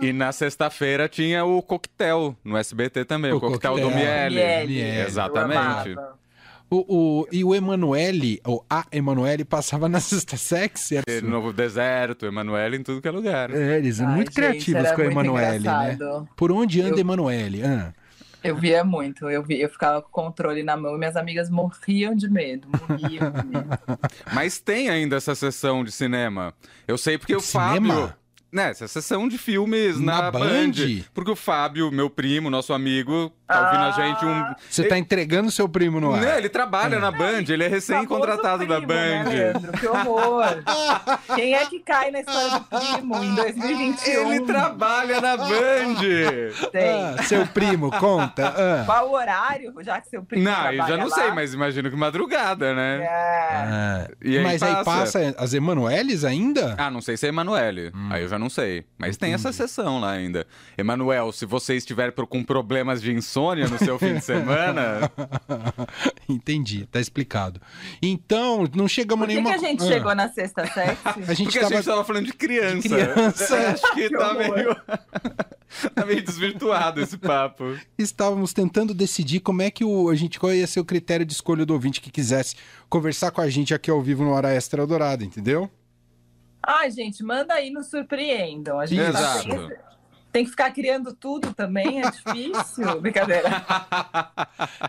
S3: E na sexta-feira tinha o coquetel no SBT também, o,
S2: O
S3: coquetel, do
S2: coquetel.
S3: Miele.
S2: Miele.
S4: Miele, eu
S3: Exatamente.
S4: amava.
S2: O, o- e o Emanuele, ou a Emanuele, passava na sexta sexy. Era
S3: E Novo Deserto, Emanuele em tudo que é lugar.
S2: É, eles eram
S4: Ai,
S2: muito
S4: gente,
S2: criativos
S4: era
S2: com a
S4: muito
S2: Emanuele, né?
S4: engraçado.
S2: Por onde anda
S4: Eu-
S2: Emanuele? Ah.
S4: Eu via muito, eu, via, eu ficava com o controle na mão e minhas amigas morriam de medo, morriam de medo.
S3: Mas tem ainda essa sessão de cinema. Eu sei porque o
S2: Cinema?
S3: Fábio. Né, essa sessão de filmes na,
S2: Na Band?
S3: Porque o Fábio, meu primo, nosso amigo, tá ouvindo a
S4: Ah.
S3: gente um.
S2: Você tá entregando seu primo no ar.
S3: Não, ele trabalha na Band, ele é recém-contratado da
S4: Famoso primo, né,
S3: Band.
S4: Leandro? que horror! Quem é que cai na história do primo em 2021?
S3: Ele trabalha na Band!
S4: Tem.
S2: Ah, seu primo, conta. Ah.
S4: Qual o horário, já que seu primo
S3: Não, eu já
S4: trabalha
S3: não
S4: lá?
S3: sei, mas imagino que madrugada, né?
S4: É.
S2: Ah,
S3: E aí
S2: Mas aí
S3: passa.
S2: passa as Emanueles ainda?
S3: Ah, não sei se é Emanuele.
S2: Hum.
S3: Aí eu já não sei. Mas tem essa sessão lá ainda. Emanuel, se você estiver pro- com problemas de insônia no seu fim de semana.
S2: Entendi, tá explicado. Então, não chegamos
S4: Por que,
S2: nenhuma.
S4: que a gente
S2: Ah,
S4: chegou na sexta sexy?
S2: A gente
S3: Porque a
S2: tava.
S3: gente tava falando de
S2: De
S3: criança.
S2: criança.
S3: Eu Acho que
S4: Que
S3: tá
S4: horror.
S3: meio. tá meio desvirtuado esse papo.
S2: Estávamos tentando decidir como é que o, a gente qual ia ser o critério de escolha do ouvinte que quisesse conversar com a gente aqui ao vivo no Hora Extra Dourado, entendeu?
S4: Ai, Ah, gente, manda aí, nos surpreendam. A gente tá
S3: Exato.
S4: sempre- Tem que ficar criando tudo também, é difícil. Brincadeira.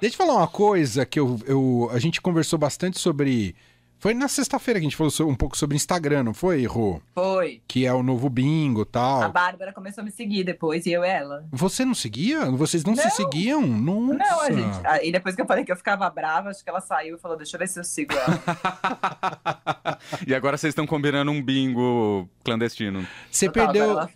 S2: Deixa eu falar uma coisa que eu, eu- a gente conversou bastante sobre. Foi na sexta-feira que a gente falou so- um pouco sobre Instagram, não foi, Rô?
S4: Foi.
S2: Que é o novo bingo e
S4: A
S2: tal.
S4: Bárbara começou a me seguir depois, e eu ela.
S2: Você não seguia? Vocês não, se
S4: Não.
S2: seguiam? Nossa.
S4: Não, a gente. ah, E depois que eu falei que eu ficava brava, acho que ela saiu e falou: deixa eu ver se eu sigo ela.
S3: e agora vocês estão combinando um bingo clandestino.
S2: Você
S4: Total,
S2: perdeu.
S4: Agora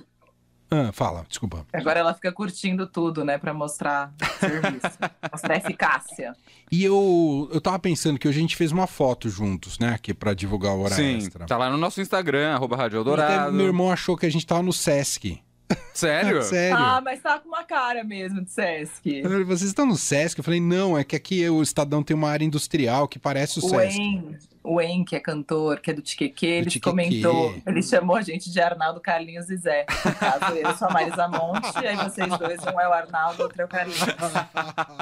S4: ela,
S2: Ah, fala, desculpa.
S4: agora ela fica curtindo tudo, né? Pra mostrar serviço, mostrar eficácia.
S2: E eu, eu tava pensando que hoje a gente fez uma foto juntos, né? Aqui pra divulgar o Hora
S3: Sim.
S2: Extra.
S3: Tá lá no nosso Instagram, arroba Rádio
S2: Até
S3: Eldorado.
S2: meu irmão achou que a gente tava no Sesc.
S3: Sério?
S2: Sério.
S4: Ah, mas tá com uma cara mesmo de Sesc.
S2: Eu falei, Vocês estão no Sesc? Eu falei, não, é que aqui o Estadão tem uma área industrial que parece o
S4: O
S2: Sesc.
S4: En, o En, que é cantor, que é do Tiqueque, ele
S2: Tiquequê.
S4: comentou, ele chamou a gente de Arnaldo Carlinhos e Zé. No caso, eu sou a Marisa Monte, e aí vocês dois, um é o Arnaldo, outro é o Carlinhos.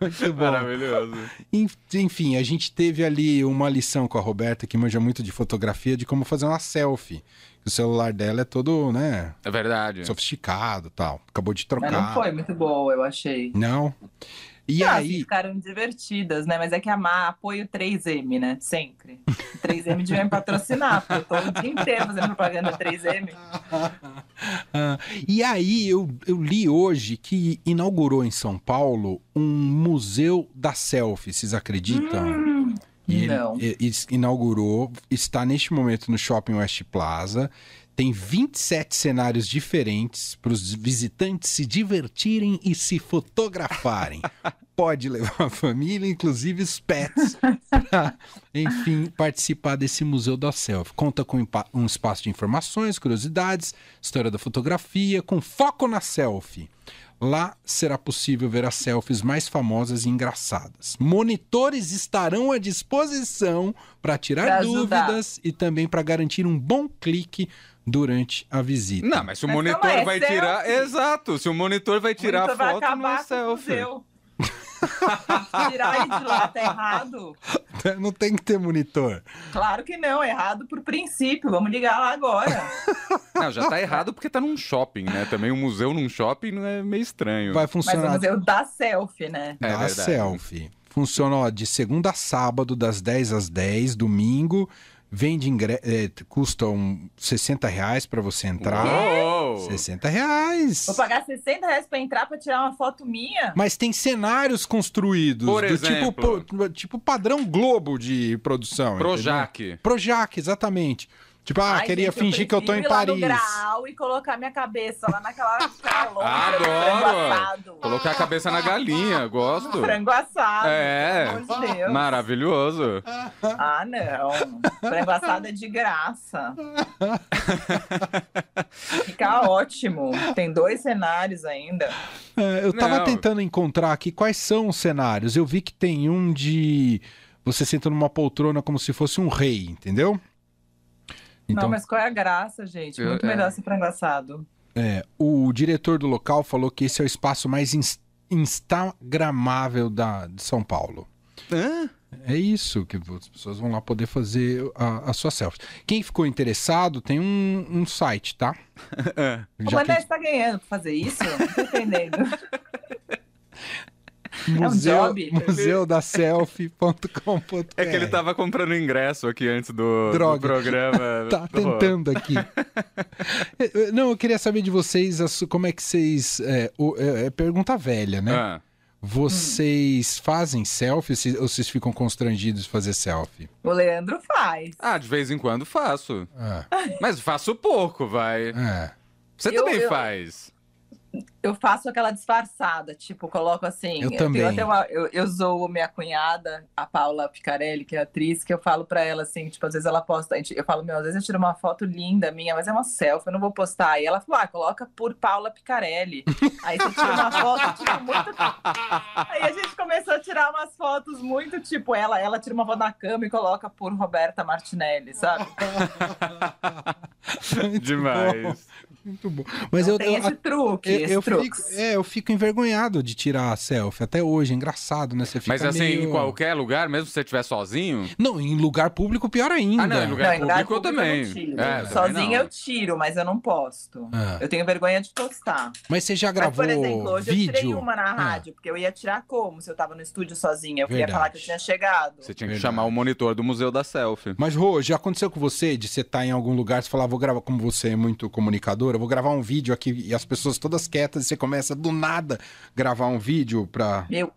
S2: Muito bom.
S3: Maravilhoso.
S2: Enf- Enfim, a gente teve ali uma lição com a Roberta, que manja muito de fotografia, de como fazer uma selfie. O celular dela é todo, né,
S3: É verdade.
S2: sofisticado e tal. Acabou de trocar.
S4: Mas não foi muito boa, eu achei.
S2: Não. E
S4: Ah, assim,
S2: aí,
S4: Ficaram divertidas, né? Mas é que amar apoio 3M, né? Sempre. 3M devia me patrocinar, porque eu tô o dia inteiro fazendo propaganda 3M.
S2: Ah, e aí eu, eu li hoje que inaugurou em São Paulo um museu da selfie, vocês acreditam? E ele-
S4: não.
S2: e- e- inaugurou, está neste momento no Shopping West Plaza. Tem 27 cenários diferentes para os visitantes se divertirem e se fotografarem. Pode levar a família, inclusive os pets, pra, enfim, participar desse Museu da Selfie. Conta com impa- um espaço de informações, curiosidades, história da fotografia, com foco na selfie. Lá será possível ver as selfies mais famosas e engraçadas. Monitores estarão à disposição para tirar
S4: Pra ajudar.
S2: dúvidas e também para garantir um bom clique durante a visita.
S3: Não, mas se o
S4: Mas
S3: monitor
S4: calma, é
S3: vai
S4: selfie.
S3: tirar. Exato, se o monitor vai tirar
S4: Monitor
S3: a foto, não é
S4: com o
S3: selfie.
S4: museu. Tirar ele de lá tá errado?
S2: Não tem que ter monitor.
S4: Claro que não, é errado por princípio. Vamos ligar lá agora.
S3: Não, já tá errado porque tá num shopping, né? Também um museu num shopping não é meio estranho.
S2: Vai
S4: Mas o
S2: funcionar
S4: museu dá selfie, né?
S3: É
S2: da
S3: verdade.
S2: selfie. Funciona ó, de segunda a sábado, das 10 às 10, domingo. Vende ingre... eh, custa um 60 reais para você entrar.
S3: Uou!
S2: 60 reais!
S4: Vou pagar 60 reais pra entrar pra tirar uma foto minha?
S2: Mas tem cenários construídos.
S3: Por
S2: do
S3: exemplo.
S2: Tipo, po- tipo padrão Globo de produção. entendeu?
S3: Projac.
S2: Projac, exatamente. Tipo, ah,
S4: Ai,
S2: queria
S4: gente,
S2: fingir que eu tô em
S4: prefiro ir lá no
S2: Paris.
S4: grau e colocar minha cabeça lá naquela calor.
S3: Adoro!
S4: Frango assado.
S3: Colocar a cabeça na galinha, gosto.
S4: Frango assado.
S3: É.
S4: Pelo amor de Deus.
S3: Maravilhoso.
S4: Ah, não. Frango assado é de graça. Fica ótimo. Tem dois cenários ainda.
S2: É, eu tava
S3: Não.
S2: tentando encontrar aqui quais são os cenários. Eu vi que tem um de você senta numa poltrona como se fosse um rei, entendeu? Então,
S4: Não, mas qual é a graça, gente? Muito
S3: Eu- é.
S4: melhor esse frango assado.
S2: é, o diretor do local falou que esse é o espaço mais ins- instagramável da, de São Paulo. É isso que as pessoas vão lá poder fazer a, a sua selfie. Quem ficou interessado tem um, um site, tá?
S3: É.
S4: O
S2: Já que
S4: Mané está tá ganhando pra fazer isso? Não tô entendendo.
S3: um
S2: museu,
S4: job.
S2: museudaselfie.com.br
S3: É que ele tava comprando ingresso aqui antes do, do
S2: Droga.
S3: programa.
S2: Tá
S3: Pô.
S2: tentando aqui. Eu- eu- Não, eu queria saber de vocês a su- como é que vocês. É, o- é- é pergunta velha, né?
S3: Ah.
S2: Vocês fazem selfie ou vocês- ou vocês ficam constrangidos de fazer selfie?
S4: O Leandro faz.
S3: Ah, de vez em quando faço.
S2: Ah,
S3: Mas faço pouco, vai.
S2: é.
S3: Você
S4: Eu-
S3: também
S4: eu-
S3: faz.
S4: Eu faço aquela disfarçada, tipo, coloco assim.
S2: Eu
S4: tenho
S2: também.
S4: até uma- eu, eu zoo minha cunhada, a Paula Picarelli, que é atriz, que eu falo pra ela assim, tipo, às vezes ela posta, a gente- eu falo, meu, às vezes eu tiro uma foto linda minha, mas é uma selfie, eu não vou postar. E ela fala, ah, coloca por Paula Picarelli. Aí você tira uma foto, tipo, muito. Aí a gente começou a tirar umas fotos muito, tipo, ela, ela tira uma foto na cama e coloca por Roberta Martinelli, sabe? Então
S2: Muito bom,
S3: Demais.
S2: muito bom. Mas eu,
S4: Tem
S2: eu,
S4: esse truque,
S2: eu,
S4: esse
S2: eu
S4: truque.
S2: fico, é, eu fico envergonhado de tirar a selfie. Até hoje, é engraçado, né? Você fica
S3: Mas assim,
S2: meio...
S3: em qualquer lugar, mesmo se você estiver sozinho.
S2: Não, em lugar público, pior ainda.
S3: Ah, não, em
S4: Não,
S3: lugar
S4: em lugar
S3: público eu
S4: público
S3: também.
S4: não tiro.
S3: É, também não.
S4: Sozinha eu tiro, mas eu não posto.
S2: Ah.
S4: Eu tenho vergonha de postar.
S2: Mas você já
S4: Mas,
S2: gravou
S4: por exemplo, hoje
S2: vídeo?
S4: eu tirei uma na
S2: Ah,
S4: rádio, porque eu ia tirar como se eu tava no estúdio sozinha. Eu queria
S2: Verdade.
S4: falar que eu tinha chegado.
S3: Você tinha que
S2: Verdade.
S3: chamar o monitor do museu da selfie.
S2: Mas, Rô, já aconteceu com você de você estar em algum lugar e falar, "Ah, vou gravar, como você é muito comunicadora, vou gravar um vídeo aqui e as pessoas todas quietas e você começa do nada gravar um vídeo pra.
S4: Eu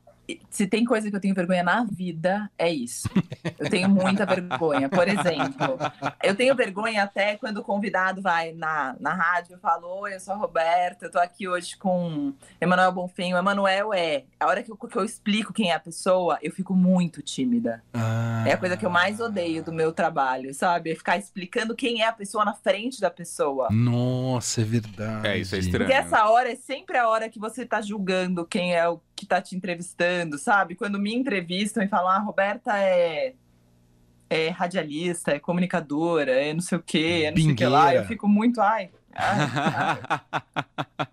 S4: se tem coisa que eu tenho vergonha na vida, é isso. Eu tenho muita vergonha. Por exemplo, eu tenho vergonha até quando o convidado vai na, na rádio e fala: Oi, eu sou a Roberta, eu tô aqui hoje com Emanuel Bonfim. O Emanuel é. A hora que eu, que eu explico quem é a pessoa, eu fico muito tímida.
S2: Ah.
S4: É a coisa que eu mais odeio do meu trabalho, sabe? É ficar explicando quem é a pessoa na frente da pessoa.
S2: Nossa, é verdade.
S3: É, isso é estranho.
S4: Porque essa hora é sempre a hora que você tá julgando quem é o que tá te entrevistando, sabe? Quando me entrevistam e falam, ah, Roberta é, é radialista, é comunicadora, é não sei o quê, é não sei o que lá.
S2: Pingueira.
S4: Eu fico muito, ai. ai, ai.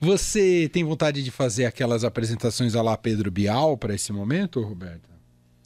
S2: Você tem vontade de fazer aquelas apresentações a lá Pedro Bial pra esse momento, Roberta?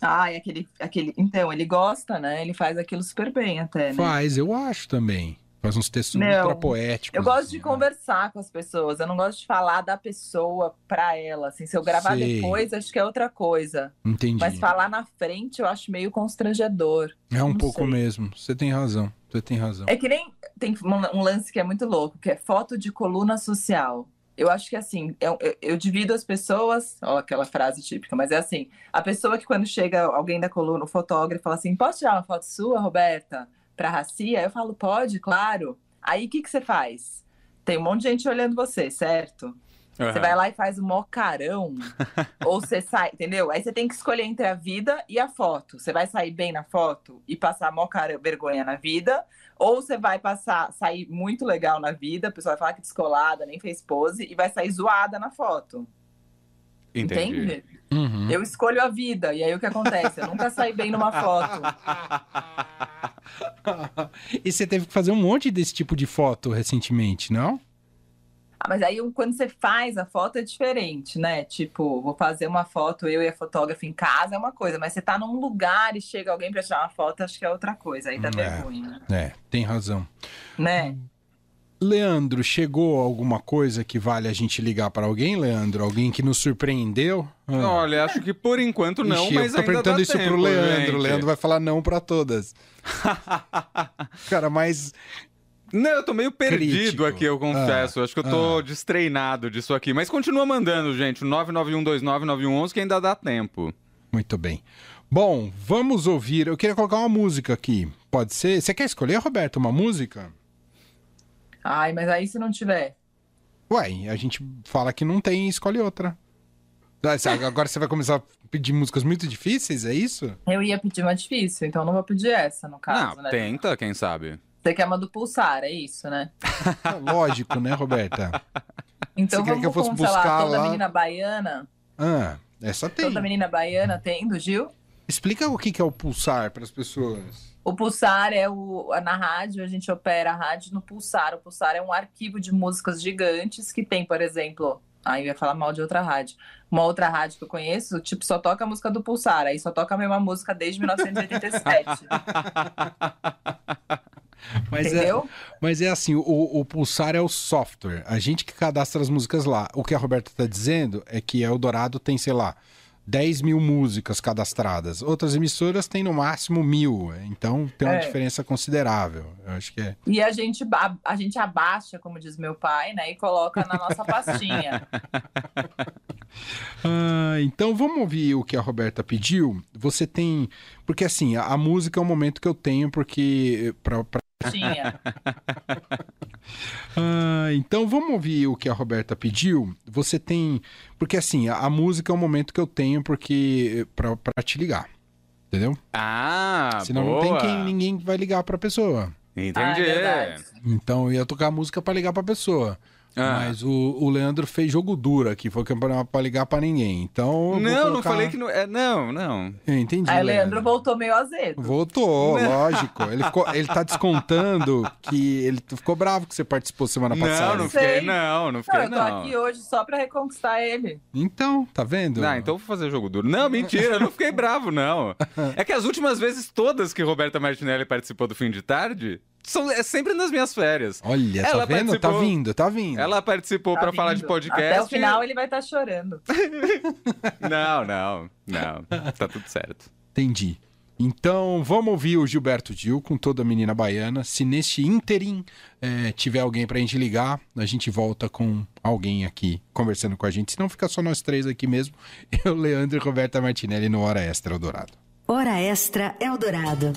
S4: Ai, aquele, aquele. Então, ele gosta, né? Ele faz aquilo super bem até, né?
S2: Faz, eu acho também. Faz uns textos
S4: Não.
S2: ultra poéticos.
S4: Eu gosto
S2: assim,
S4: de
S2: né?
S4: conversar com as pessoas, eu não gosto de falar da pessoa pra ela. Assim, se eu gravar
S2: Sei.
S4: depois, acho que é outra coisa.
S2: Entendi.
S4: Mas falar na frente eu acho meio constrangedor.
S2: É um
S4: não
S2: pouco
S4: sei.
S2: mesmo. Você tem razão. Você tem razão.
S4: É que nem tem um, um lance que é muito louco, que é foto de coluna social. Eu acho que assim, eu, eu- eu divido as pessoas, ó, aquela frase típica, mas é assim, a pessoa que quando chega alguém da coluna, o fotógrafo, fala assim, posso tirar uma foto sua, Roberta, pra Racia? Eu falo, pode, claro. Aí o que, que você faz? Tem um monte de gente olhando você, certo? Você vai lá e faz o mó carão, ou você sai, entendeu? Aí você tem que escolher entre a vida e a foto. Você vai sair bem na foto e passar mó cara, vergonha na vida, ou você vai passar, sair muito legal na vida, a pessoa vai falar que é descolada, nem fez pose, e vai sair zoada na foto.
S3: Entendi.
S4: Entende?
S2: Uhum.
S4: Eu escolho a vida, e aí o que acontece? Eu nunca saí bem numa foto.
S2: e você teve que fazer um monte desse tipo de foto recentemente, não?
S4: Ah, mas aí um- quando você faz a foto é diferente, né? Tipo, vou fazer uma foto, eu e a fotógrafa em casa é uma coisa, mas você tá num lugar e chega alguém pra tirar uma foto, acho que é outra coisa, aí dá
S2: É.
S4: vergonha,
S2: É, tem razão.
S4: né?
S2: Leandro, chegou alguma coisa que vale a gente ligar pra alguém, Leandro? Alguém que nos surpreendeu? Ah.
S3: Olha, acho que por enquanto não,
S2: Ixi,
S3: mas
S2: eu tô
S3: ainda
S2: perguntando
S3: dá
S2: isso
S3: tempo,
S2: pro Leandro.
S3: gente.
S2: O Leandro vai falar não pra todas. Cara, mas
S3: Não, eu tô meio perdido
S2: Crítico.
S3: aqui, eu confesso. Acho que eu tô
S2: ah.
S3: destreinado disso aqui. Mas continua mandando, gente. 991299111, que ainda dá tempo.
S2: muito bem. Bom, vamos ouvir. Eu queria colocar uma música aqui. Pode ser? Você quer escolher, Roberto, uma música?
S4: Ai, mas aí se não tiver.
S2: Ué, a gente fala que não tem e escolhe outra. Ah, sabe, Agora você vai começar a pedir músicas muito difíceis, é isso?
S4: Eu ia pedir uma difícil, então não vou pedir essa, no caso,
S3: não,
S4: né?
S3: tenta, quem sabe.
S4: Você quer uma do pulsar, é isso, né?
S2: Ah, Lógico, né, Roberta?
S4: Então
S2: Você queria
S4: vamos
S2: que eu fosse
S4: com, sei lá,
S2: buscar
S4: toda
S2: lá?
S4: menina baiana.
S2: Ah, essa tem.
S4: Toda menina baiana tem, do Gil?
S2: Explica o que que é o pulsar para as pessoas.
S4: O pulsar é o. Na rádio, a gente opera a rádio no pulsar. O pulsar é um arquivo de músicas gigantes que tem, por exemplo. Aí eu ia falar mal de outra rádio. Uma outra rádio que eu conheço, tipo, só toca a música do Pulsar. Aí só toca a mesma música desde 1987.
S2: é,
S4: entendeu?
S2: mas é assim, o, o pulsar é o software. A gente que cadastra as músicas lá. O que a Roberta tá dizendo é que Eldorado tem, sei lá, 10 mil músicas cadastradas. Outras emissoras têm no máximo mil. Então tem uma
S4: É.
S2: diferença considerável. Eu acho que é.
S4: E a gente, ba- a gente abaixa, como diz meu pai, né? E coloca na nossa pastinha.
S2: Ah, então vamos ouvir o que a Roberta pediu. Você tem. Porque assim, a, a música é um momento que eu tenho, porque. Pra, pra-
S4: Tinha.
S2: Ah, então vamos ouvir o que a Roberta pediu. Você tem. Porque assim, a, a música é um momento que eu tenho, porque. Pra, pra te ligar. Entendeu?
S3: Ah,
S2: Senão
S3: boa.
S2: não tem quem, ninguém vai ligar pra pessoa.
S4: Ah,
S3: Entendi.
S4: é verdade.
S2: Então eu ia tocar a música pra ligar pra pessoa.
S3: Ah.
S2: Mas o, o Leandro fez jogo duro aqui, foi campeonato pra ligar pra ninguém. Então. eu vou
S3: não, não
S2: colocar-
S3: falei que não. É, não, não.
S2: Eu entendi.
S4: Aí o Leandro voltou meio azedo.
S2: Voltou, lógico. Ele, ficou, ele tá descontando que ele ficou bravo que você participou semana
S3: Não,
S2: passada.
S3: não
S4: Sei.
S3: fiquei, não, não
S4: Não,
S3: fiquei,
S4: eu tô
S3: não.
S4: aqui hoje só pra reconquistar ele.
S2: Então, tá vendo?
S3: Ah, então vou fazer jogo duro. Não, mentira, eu não fiquei bravo, não. É que as últimas vezes todas que Roberta Martinelli participou do fim de tarde são, é sempre nas minhas férias.
S2: Olha, tá
S3: Ela
S2: vendo? Tá
S3: participou.
S2: vindo, tá vindo.
S3: Ela participou
S4: Tá
S3: pra falar de
S4: vindo.
S3: podcast.
S4: Até o final ele vai estar chorando.
S3: Não, não, não. Tá tudo certo.
S2: Entendi. Então vamos ouvir o Gilberto Gil com toda a menina baiana. Se neste interim é, tiver alguém pra gente ligar, a gente volta com alguém aqui conversando com a gente. Senão fica só nós três aqui mesmo. Eu, Leandro e Roberta Martinelli no Hora Extra Eldorado.
S1: Hora Extra Eldorado.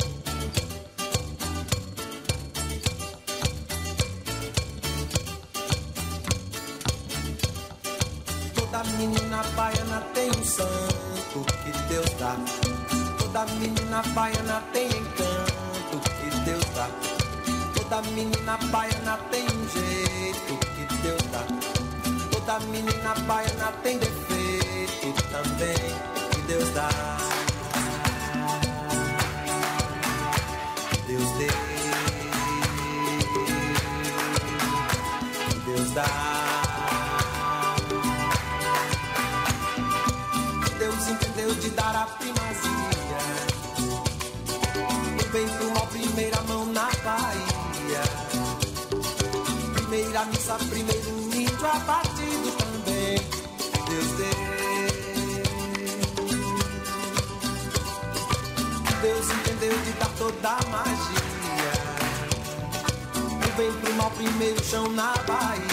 S5: Toda menina baiana tem um santo que Deus dá. Toda menina baiana tem encanto que Deus dá. Toda menina baiana tem um jeito que Deus dá. Toda menina baiana tem defeito também que Deus dá. Que Deus dê. Que Deus dá. Deus entendeu de dar a primazia. Do bem pro mal, primeira mão na Bahia. Primeira missa, primeiro índio abatido também. Deus deu. Deus entendeu de dar toda a magia. Do bem pro mal, primeiro chão na Bahia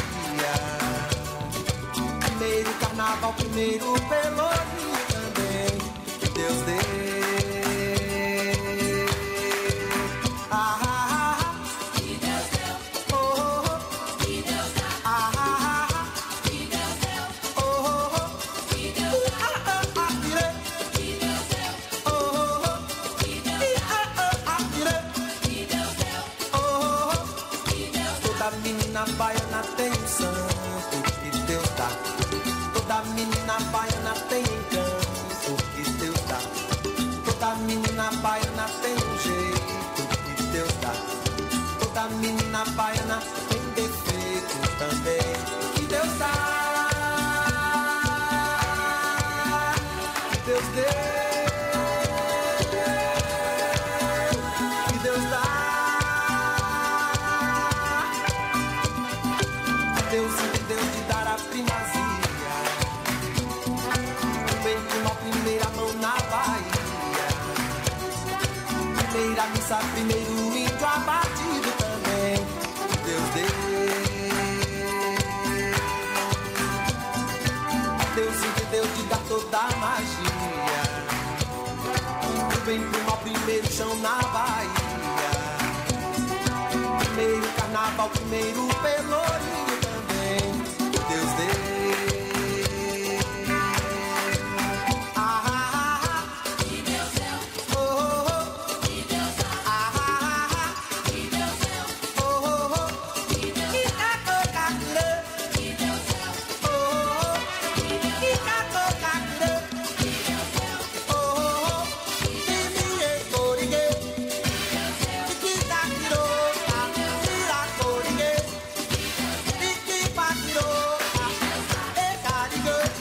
S5: primeiro carnaval, primeiro pelourinho também. Que Deus dê. Ah, ah, ah,
S6: Que Deus deu,
S5: ah, oh, oh,
S6: que Deus dá,
S5: oh, ah, ah, ah,
S6: que Deus deu,
S5: ah, oh, oh, oh,
S6: que Deus dá,
S5: ah, ah, ah, irê.
S6: que Deus deu,
S5: Oh, oh, oh,
S6: que Deus
S5: ih, ah, ah, ah, irê.
S6: dá, que Deus deu,
S5: Oh, oh,
S6: que Deus
S5: oh. Toda menina baiana tem um santo que Deus dá. Toda menina baiana tem encanto que Deus dá. Toda menina baiana tem um jeito que Deus dá. Toda menina baiana tem defeito também que Deus dá. Que Deus dê. Que Deus dá. Deus entendeu de dar a primazia. O bem com a primeira mão na Bahia. Primeira missa, primeiro índio abatido também. Deus deu. Deus entendeu de dar toda a magia. O bem com a primeiro chão na Bahia. Primeiro carnaval, primeiro pelourinho também. Que Deus dê. Ah, ah, ah,
S6: que Deus deu,
S5: ah, oh, oh, oh.
S6: que Deus dá,
S5: Ah, ah, ah,
S6: que Deus deu,
S5: ah, oh, oh, oh.
S6: que Deus
S5: Ih, ah, oh, cacrã.
S6: dá, que Deus deu,
S5: Oh, oh, oh. Ih, ah, oh, cacrã.
S6: que Deus deu,
S5: Oh, oh, oh. Timiê, coriguê. Tiki, taquirô. Tira, coriguê. Tiki, paquirô. Ê, carigô.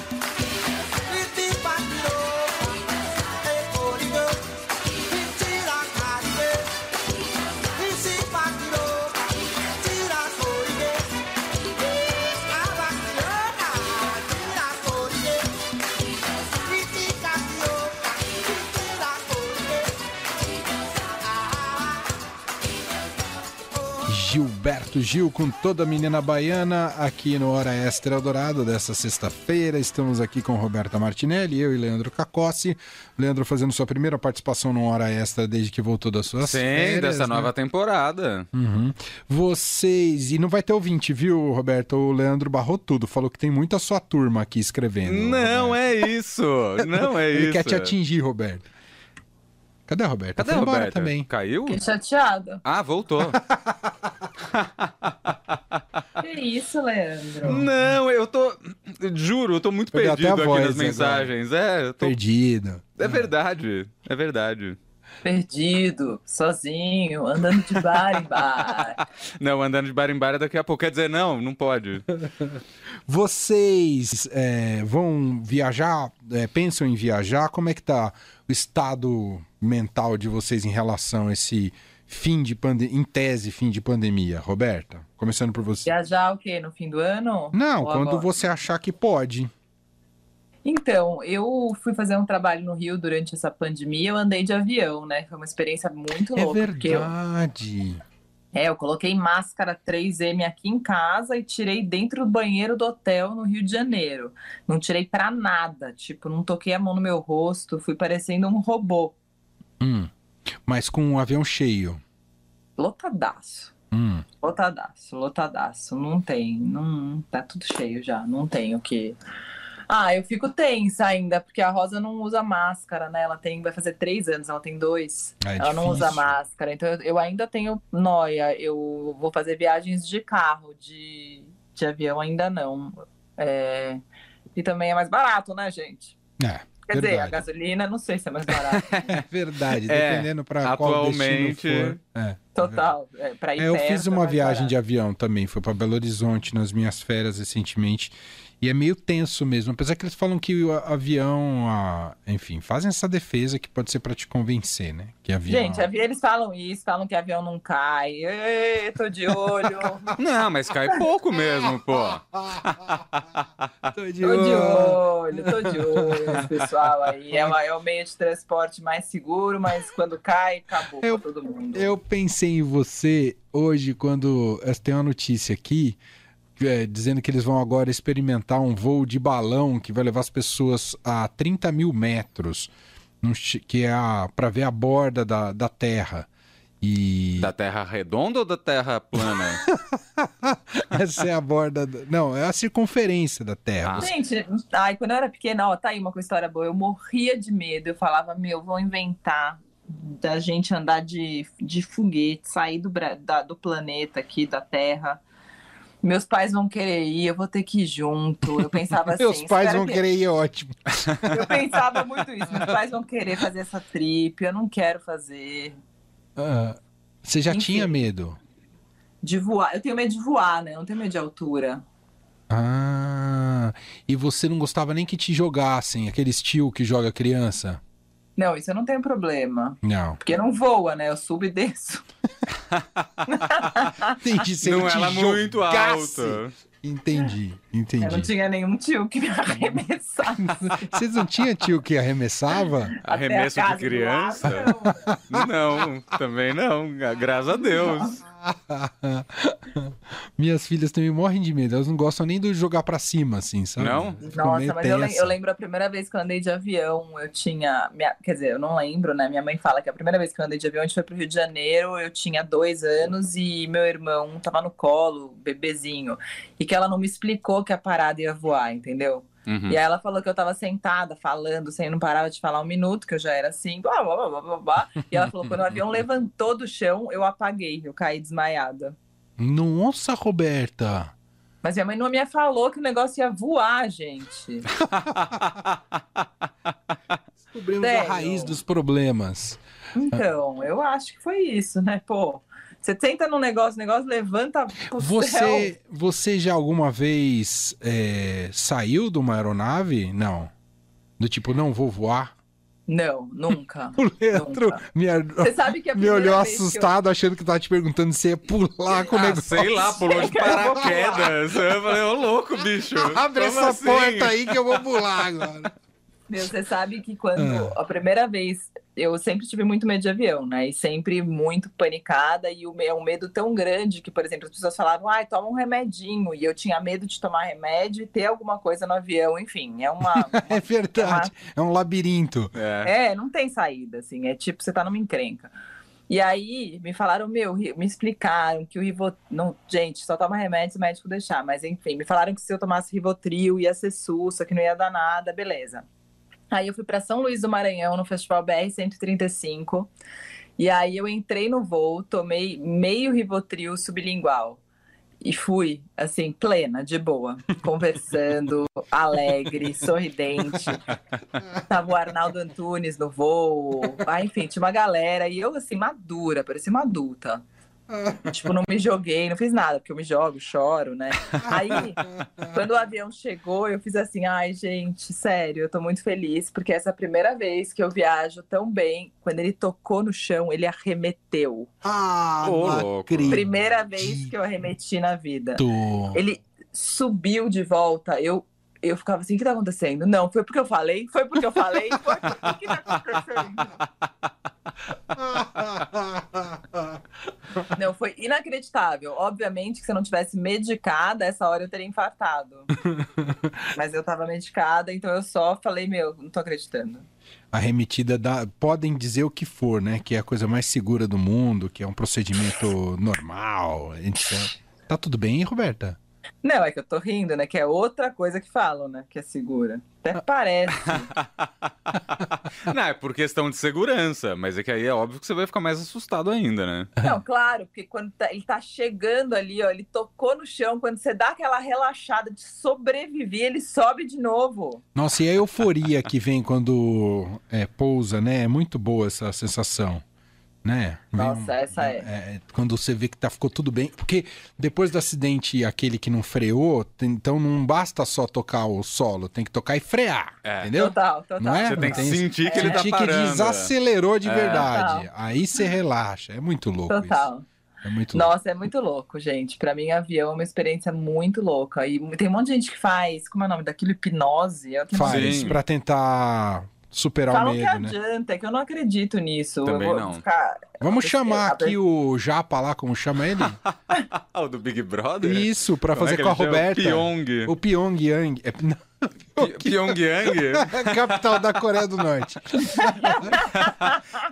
S2: Gilberto Gil com toda a menina baiana aqui no Hora Extra Eldorado dessa sexta-feira. Estamos aqui com Roberta Martinelli, eu e Leandro Cacossi. Leandro fazendo sua primeira participação no Hora Extra desde que voltou das suas
S3: Sim,
S2: férias.
S3: dessa
S2: né?
S3: nova temporada.
S2: Uhum. Vocês. E não vai ter ouvinte, viu, Roberto? O Leandro barrou tudo. Falou que tem muita sua turma aqui escrevendo.
S3: Não
S2: Roberto.
S3: é isso! Não é isso!
S2: né? Ele quer te atingir, Roberto. Cadê a Roberta?
S3: Cadê
S2: Foi
S3: a
S2: embora
S3: Roberta?
S2: também.
S3: Caiu?
S4: Fiquei chateada.
S3: Ah, voltou.
S4: Que isso, Leandro?
S3: Não, eu tô. Juro, eu tô muito
S2: Perdeu até
S3: perdido
S2: a
S3: aqui
S2: voz
S3: nas mensagens. É, eu tô...
S2: Perdido.
S3: é verdade. É verdade.
S4: Perdido, sozinho, andando de bar em bar.
S3: Não, andando de bar em bar é daqui a pouco. Quer dizer, não, não pode.
S2: Vocês é, vão viajar? É, pensam em viajar? Como é que tá o estado mental de vocês em relação a esse fim de pandemia, em tese, fim de pandemia, Roberta? Começando por você.
S4: Viajar o quê? No fim do ano?
S2: Não,
S4: Ou
S2: quando
S4: agora?
S2: você achar que pode.
S4: Então, eu fui fazer um trabalho no Rio durante essa pandemia, eu andei de avião, né? Foi uma experiência muito
S2: É
S4: louca, porque eu,
S2: verdade.
S4: é, eu coloquei máscara 3M aqui em casa e tirei dentro do banheiro do hotel no Rio de Janeiro. Não tirei pra nada, tipo, não toquei a mão no meu rosto, fui parecendo um robô,
S2: Hum. Mas com o avião cheio.
S4: lotadaço.
S2: Hum.
S4: Lotadaço, lotadaço. Não tem, não, tá tudo cheio já, não tem o que. Ah, eu fico tensa ainda, porque a Rosa não usa máscara, né? Ela tem, vai fazer três anos, ela tem dois.
S2: É
S4: ela não usa
S2: difícil.
S4: máscara, então eu, eu ainda tenho noia. Eu vou fazer viagens de carro, de, de avião ainda não. É, E também é mais barato, né, gente?
S2: É,
S4: Quer dizer, a
S2: verdade.
S4: gasolina, não sei se é mais barato.
S2: É verdade,
S3: É,
S2: dependendo pra qual destino
S3: atualmente-
S2: for. É,
S4: Total, é, pra ir
S2: É, eu fiz
S4: perto é
S2: uma
S4: mais
S2: viagem
S4: barato.
S2: de avião também, foi pra Belo Horizonte nas minhas férias recentemente. E é meio tenso mesmo, apesar que eles falam que o a- avião, a- enfim, fazem essa defesa que pode ser pra te convencer, né? Que avião.
S4: Gente, avi- eles falam isso, falam que avião não cai. Ê, tô de olho.
S3: Não, mas cai pouco mesmo, pô.
S2: Tô de
S4: tô de
S2: olho.
S4: olho, tô de olho. Esse pessoal aí é, uma- é o meio de transporte mais seguro, mas quando cai, acabou
S2: Eu-
S4: pra todo mundo.
S2: Eu pensei em você hoje quando eh, tem uma notícia aqui eh, dizendo que eles vão agora experimentar um voo de balão que vai levar as pessoas a 30 mil metros, num chi- que é para ver a borda da, da Terra. E
S3: Da terra redonda ou da terra plana?
S2: essa é a borda. da- Não, é a circunferência da Terra.
S3: Ah.
S4: Gente, ai, quando eu era pequena, ó, tá aí uma história boa. Eu morria de medo. Eu falava, meu, vão inventar da gente andar de, de foguete, sair do, Bra- da- do planeta aqui, da Terra. Meus pais vão querer ir, eu vou ter que ir junto. Eu pensava assim.
S2: Meus pais
S4: espero
S2: vão
S4: que-
S2: querer ir, é ótimo.
S4: Eu pensava muito isso. Meus pais vão querer fazer essa trip, eu não quero fazer.
S2: Ah, você já
S4: Enfim.
S2: tinha medo?
S4: De voar. Eu tenho medo de voar, né? Eu não tenho medo de altura.
S2: Ah, e você não gostava nem que te jogassem, aquele tio que joga criança?
S4: Não, isso eu não tenho problema.
S2: Não.
S4: Porque não voa, né? Eu subo e desço. Ah,
S2: Entendi, se
S3: não
S2: ele te
S3: era muito
S2: jogasse.
S3: alto.
S2: Entendi,
S4: Eu não
S2: entendi.
S4: tinha nenhum tio que me arremessasse.
S2: Vocês não tinham tio que arremessava?
S4: até a
S3: Arremesso de
S4: casa do
S3: criança?
S4: lado, não.
S3: Não, também não. gra- Graças a Deus.
S2: Minhas filhas também morrem de medo, elas não gostam nem de jogar pra cima, assim, sabe?
S3: Não?
S2: Ficam
S4: Nossa,
S2: meio
S4: mas eu, lem-
S2: tensa.
S4: eu lembro a primeira vez que eu andei de avião, eu tinha. minha- quer dizer, eu não lembro, né? Minha mãe fala que a primeira vez que eu andei de avião, a gente foi pro Rio de Janeiro, eu tinha dois anos e meu irmão tava no colo, bebezinho. E que ela não me explicou que a parada ia voar, entendeu?
S3: Uhum.
S4: E aí ela falou que eu tava sentada, falando, sem não parava de falar um minuto, que eu já era assim, blá, blá, blá, blá, blá, blá. E ela falou: quando o avião levantou do chão, eu apaguei, eu caí desmaiada.
S2: Nossa, Roberta!
S4: Mas minha mãe não me falou que o negócio ia voar, gente.
S2: Descobrimos a
S4: Sério?
S2: raiz dos problemas.
S4: Então, eu acho que foi isso, né? Pô, você tenta num negócio, o negócio levanta pro céu.
S2: Você, você já alguma vez é, saiu de uma aeronave? Não. Do tipo, não vou voar?
S4: Não, nunca.
S2: O Leandro me,
S4: Você sabe que é a
S2: me
S4: primeira
S2: olhou
S4: vez que eu-
S2: assustado, achando que tava te perguntando se ia pular com o
S3: Ah,
S2: negócio.
S3: sei lá, pulou de paraquedas. Eu falei, ô louco, bicho.
S2: Abre
S3: como
S2: essa
S3: assim?
S2: porta aí que eu vou pular agora.
S4: Meu, você sabe que quando
S2: Ah.
S4: a primeira vez eu sempre tive muito medo de avião, né? E sempre muito panicada e o me- é um medo tão grande que, por exemplo, as pessoas falavam, ai, toma um remedinho. E eu tinha medo de tomar remédio e ter alguma coisa no avião. Enfim, é uma.
S2: É verdade. É um labirinto.
S3: É.
S4: É, não tem saída, assim. É tipo, você tá numa encrenca. E aí, me falaram, meu, ri- me explicaram que o Rivotril. Não, gente, só toma remédio se o médico deixar. Mas enfim, me falaram que se eu tomasse Rivotril ia ser sussa, que não ia dar nada, beleza. Aí eu fui pra São Luís do Maranhão, no Festival BR-135. E aí eu entrei no voo, tomei meio Rivotril sublingual. E fui, assim, plena, de boa, conversando, alegre, sorridente. Tava o Arnaldo Antunes no voo. Ah, enfim, tinha uma galera. E eu, assim, madura, parecia uma adulta. Tipo, não me joguei, não fiz nada, porque eu me jogo, choro, né? Aí, quando o avião chegou, eu fiz assim: ai, gente, sério, eu tô muito feliz, porque essa é a primeira vez que eu viajo tão bem. Quando ele tocou no chão, ele arremeteu.
S2: Ah,
S3: Ô,
S2: não
S3: louco.
S2: acredito.
S4: Primeira vez que eu arremeti na vida. Ele subiu de volta. Eu eu ficava assim, o que tá acontecendo? Não, foi porque eu falei, foi porque eu falei, foi porque o que tá acontecendo? Não, foi inacreditável. Obviamente que se eu não tivesse medicada, essa hora eu teria infartado. Mas eu tava medicada, então eu só falei, meu, não tô acreditando.
S2: a remetida da. Podem dizer o que for, né? Que é a coisa mais segura do mundo, que é um procedimento normal, etc. Tá tudo bem, Roberta?
S4: Não, é que eu tô rindo, né? Que é outra coisa que falam, né? Que é segura. Até parece.
S3: Não, é por questão de segurança, mas é que aí é óbvio que você vai ficar mais assustado ainda, né?
S4: Não, claro, porque quando tá- ele tá chegando ali, ó, ele tocou no chão, quando você dá aquela relaxada de sobreviver, ele sobe de novo.
S2: Nossa, e a euforia que vem quando é, pousa, né? É muito boa essa sensação, né? Vem um-
S4: Nossa, essa é.
S2: É, quando você vê que tá, ficou tudo bem. Porque depois do acidente, aquele que não freou, tem- então não basta só tocar o solo, tem que tocar e frear.
S3: É.
S2: Entendeu?
S4: Total, total.
S2: Não é?
S3: Você tem que
S2: Tem-
S3: sentir que ele tá
S2: Sentir que
S3: parando. É.
S2: desacelerou de verdade.
S4: Total.
S2: Aí você relaxa. É muito louco
S4: Total.
S2: isso. É muito louco.
S4: Nossa, é muito louco, gente. Pra mim, avião é uma experiência muito louca. E tem um monte de gente que faz, como é o nome daquilo? Hipnose? Eu também-
S2: Faz
S3: Sim.
S2: pra tentar superar
S4: Falam
S2: o
S4: que
S2: medo, né?
S4: adianta, é que eu não acredito nisso.
S3: Também
S4: eu vou
S3: não.
S4: ficar-
S2: Vamos
S4: Eu-
S2: chamar
S4: eu-
S2: aqui o Japa lá, como chama ele?
S3: Ah, o do Big Brother?
S2: Isso, pra
S3: Como é
S2: fazer
S3: que
S2: com a
S3: ele chama?
S2: Roberta.
S3: Pyong.
S2: O Pyongyang. É, não,
S3: Pi- Pyongyang?
S2: é a capital da Coreia do Norte.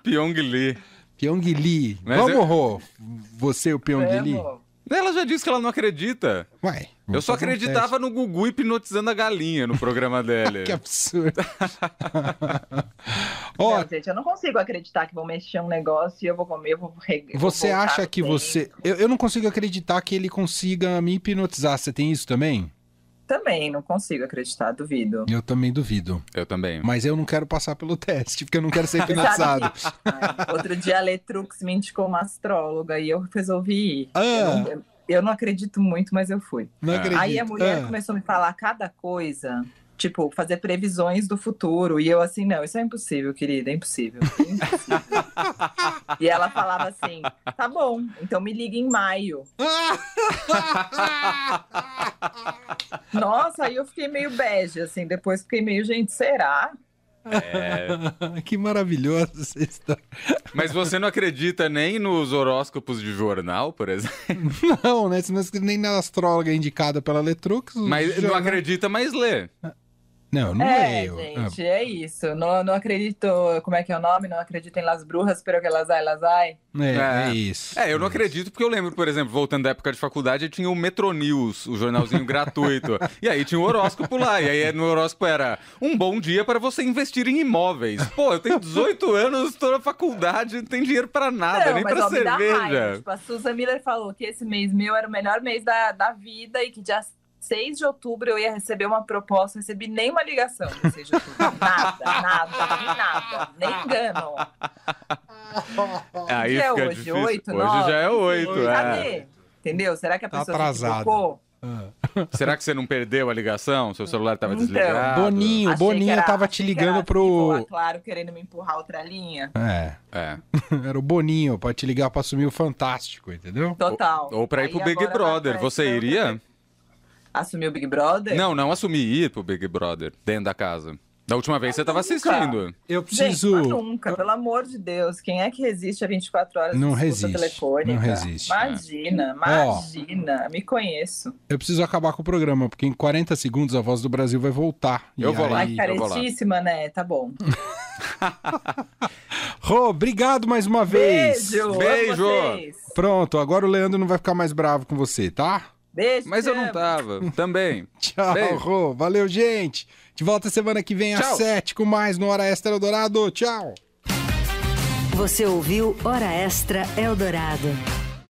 S3: Pyongli.
S2: Pyongyi.
S3: Mas é-
S2: Vamos,
S3: eu-
S2: Rô. Você e o Pyongyi.
S4: Vamos.
S3: Ela já disse que ela não acredita.
S2: Vai.
S3: Eu
S2: vamos
S3: só
S2: fazer um
S3: acreditava no Gugu hipnotizando a galinha no programa dela.
S2: teste. Que absurdo. Ó,
S4: Não, gente, eu não consigo acreditar que vão mexer um negócio e eu vou comer, eu vou regar.
S2: você acha que você. Eu, eu não consigo acreditar que ele consiga me hipnotizar. Você tem isso também?
S4: Também, não consigo acreditar, duvido.
S2: Eu também duvido.
S3: Eu também.
S2: Mas eu não quero passar pelo teste, porque eu não quero ser hipnotizado.
S4: Você sabe que- Ai, Outro dia a Letrux me indicou uma astróloga e eu resolvi ir.
S2: Ah.
S4: Eu, não, eu não acredito muito, mas eu fui.
S2: Não
S3: É.
S2: acredito.
S4: Aí a mulher
S2: Ah.
S4: começou a me falar cada coisa, tipo, fazer previsões do futuro. E eu assim, não, isso é impossível, querida, é impossível. é impossível. e ela falava assim, tá bom, então me liga em maio. Nossa, aí eu fiquei meio bege, assim, depois fiquei meio, gente, será?
S3: É.
S2: Ah, que maravilhosa essa história.
S3: Mas você não acredita nem nos horóscopos de jornal, por exemplo?
S2: Não, né? Você não escreve nem na astróloga indicada pela Letrux. o
S3: Mas não é-
S2: jornal-
S3: acredita, mas lê.
S2: Não, eu não
S4: é,
S2: leio.
S4: gente, é isso. Não, não acredito, como é que é o nome? Não acredito em las brujas, pero que las hay, las hay.
S2: É, é,
S3: É.
S2: isso.
S3: É, eu não acredito, porque eu lembro, por exemplo, voltando da época de faculdade, tinha o Metro News, o jornalzinho gratuito. E aí tinha o horóscopo lá, e aí é, no horóscopo era um bom dia para você investir em imóveis. Pô, eu tenho 18 anos, estou na faculdade, não tenho dinheiro para nada,
S4: Não,
S3: Ah, nem
S4: mas
S3: para
S4: ó, me dá raiva.
S3: cerveja.
S4: Tipo, a Susan Miller falou que esse mês meu era o melhor mês da, da vida e que dia 6 de outubro eu ia receber uma proposta, não recebi nem uma ligação dia 6 de outubro. Nada, nada, nem nada. Nem engano.
S3: Aí
S4: que é
S3: fica
S4: hoje?
S3: difícil.
S4: Oito,
S3: hoje
S4: nove?
S3: já é 8, é.
S4: Cadê? Entendeu? Será que a
S2: Tá
S4: pessoa
S2: atrasado.
S4: se equivocou?
S2: Ah.
S3: Será que você não perdeu a ligação? Seu celular estava
S4: Então.
S3: desligado?
S2: Boninho,
S4: Achei que
S2: Boninho
S4: era-
S2: tava te
S4: achei que
S2: ligando
S4: era
S2: pro.
S4: Vivo, Claro, querendo me empurrar outra linha.
S2: É,
S3: É.
S2: era o Boninho pra te ligar pra assumir o Fantástico, entendeu?
S4: Total.
S3: Ou pra ir
S4: Então, Aí
S3: pro Big
S4: agora
S3: Brother.
S4: vai-
S3: Você
S4: vai-
S3: iria?
S4: Assumir o Big Brother?
S3: Não, não assumi ir pro Big Brother, dentro da casa. Da última vez você tava
S4: Ah, então nunca.
S3: assistindo.
S2: Eu
S4: Gente, um.
S2: preciso.
S4: mas nunca, pelo amor de Deus. Quem é que resiste a 24 horas
S2: Não
S4: de
S2: resiste,
S4: escuta telefônica?
S2: não resiste.
S4: Imagina, imagina. Me conheço.
S2: Eu preciso acabar com o programa, porque em 40 segundos a voz do Brasil vai voltar.
S3: Eu vou lá.
S4: Ai,
S3: eu vou lá.
S4: caretíssima, né? Tá bom.
S2: Rô, obrigado mais uma vez.
S4: Beijo! amo
S3: Beijo.
S4: vocês.
S2: Pronto, agora o Leandro não vai ficar mais bravo com você, tá?
S4: Beijo!
S3: Mas
S4: te
S3: eu não tá
S4: amo.
S3: tava. Também.
S2: Tchau,
S3: Beijo.
S2: Rô. Valeu, gente. De volta semana que vem às
S3: Tchau.
S2: 7 com mais no Hora Extra Dourado. Tchau.
S1: Você ouviu Hora Extra Eldorado.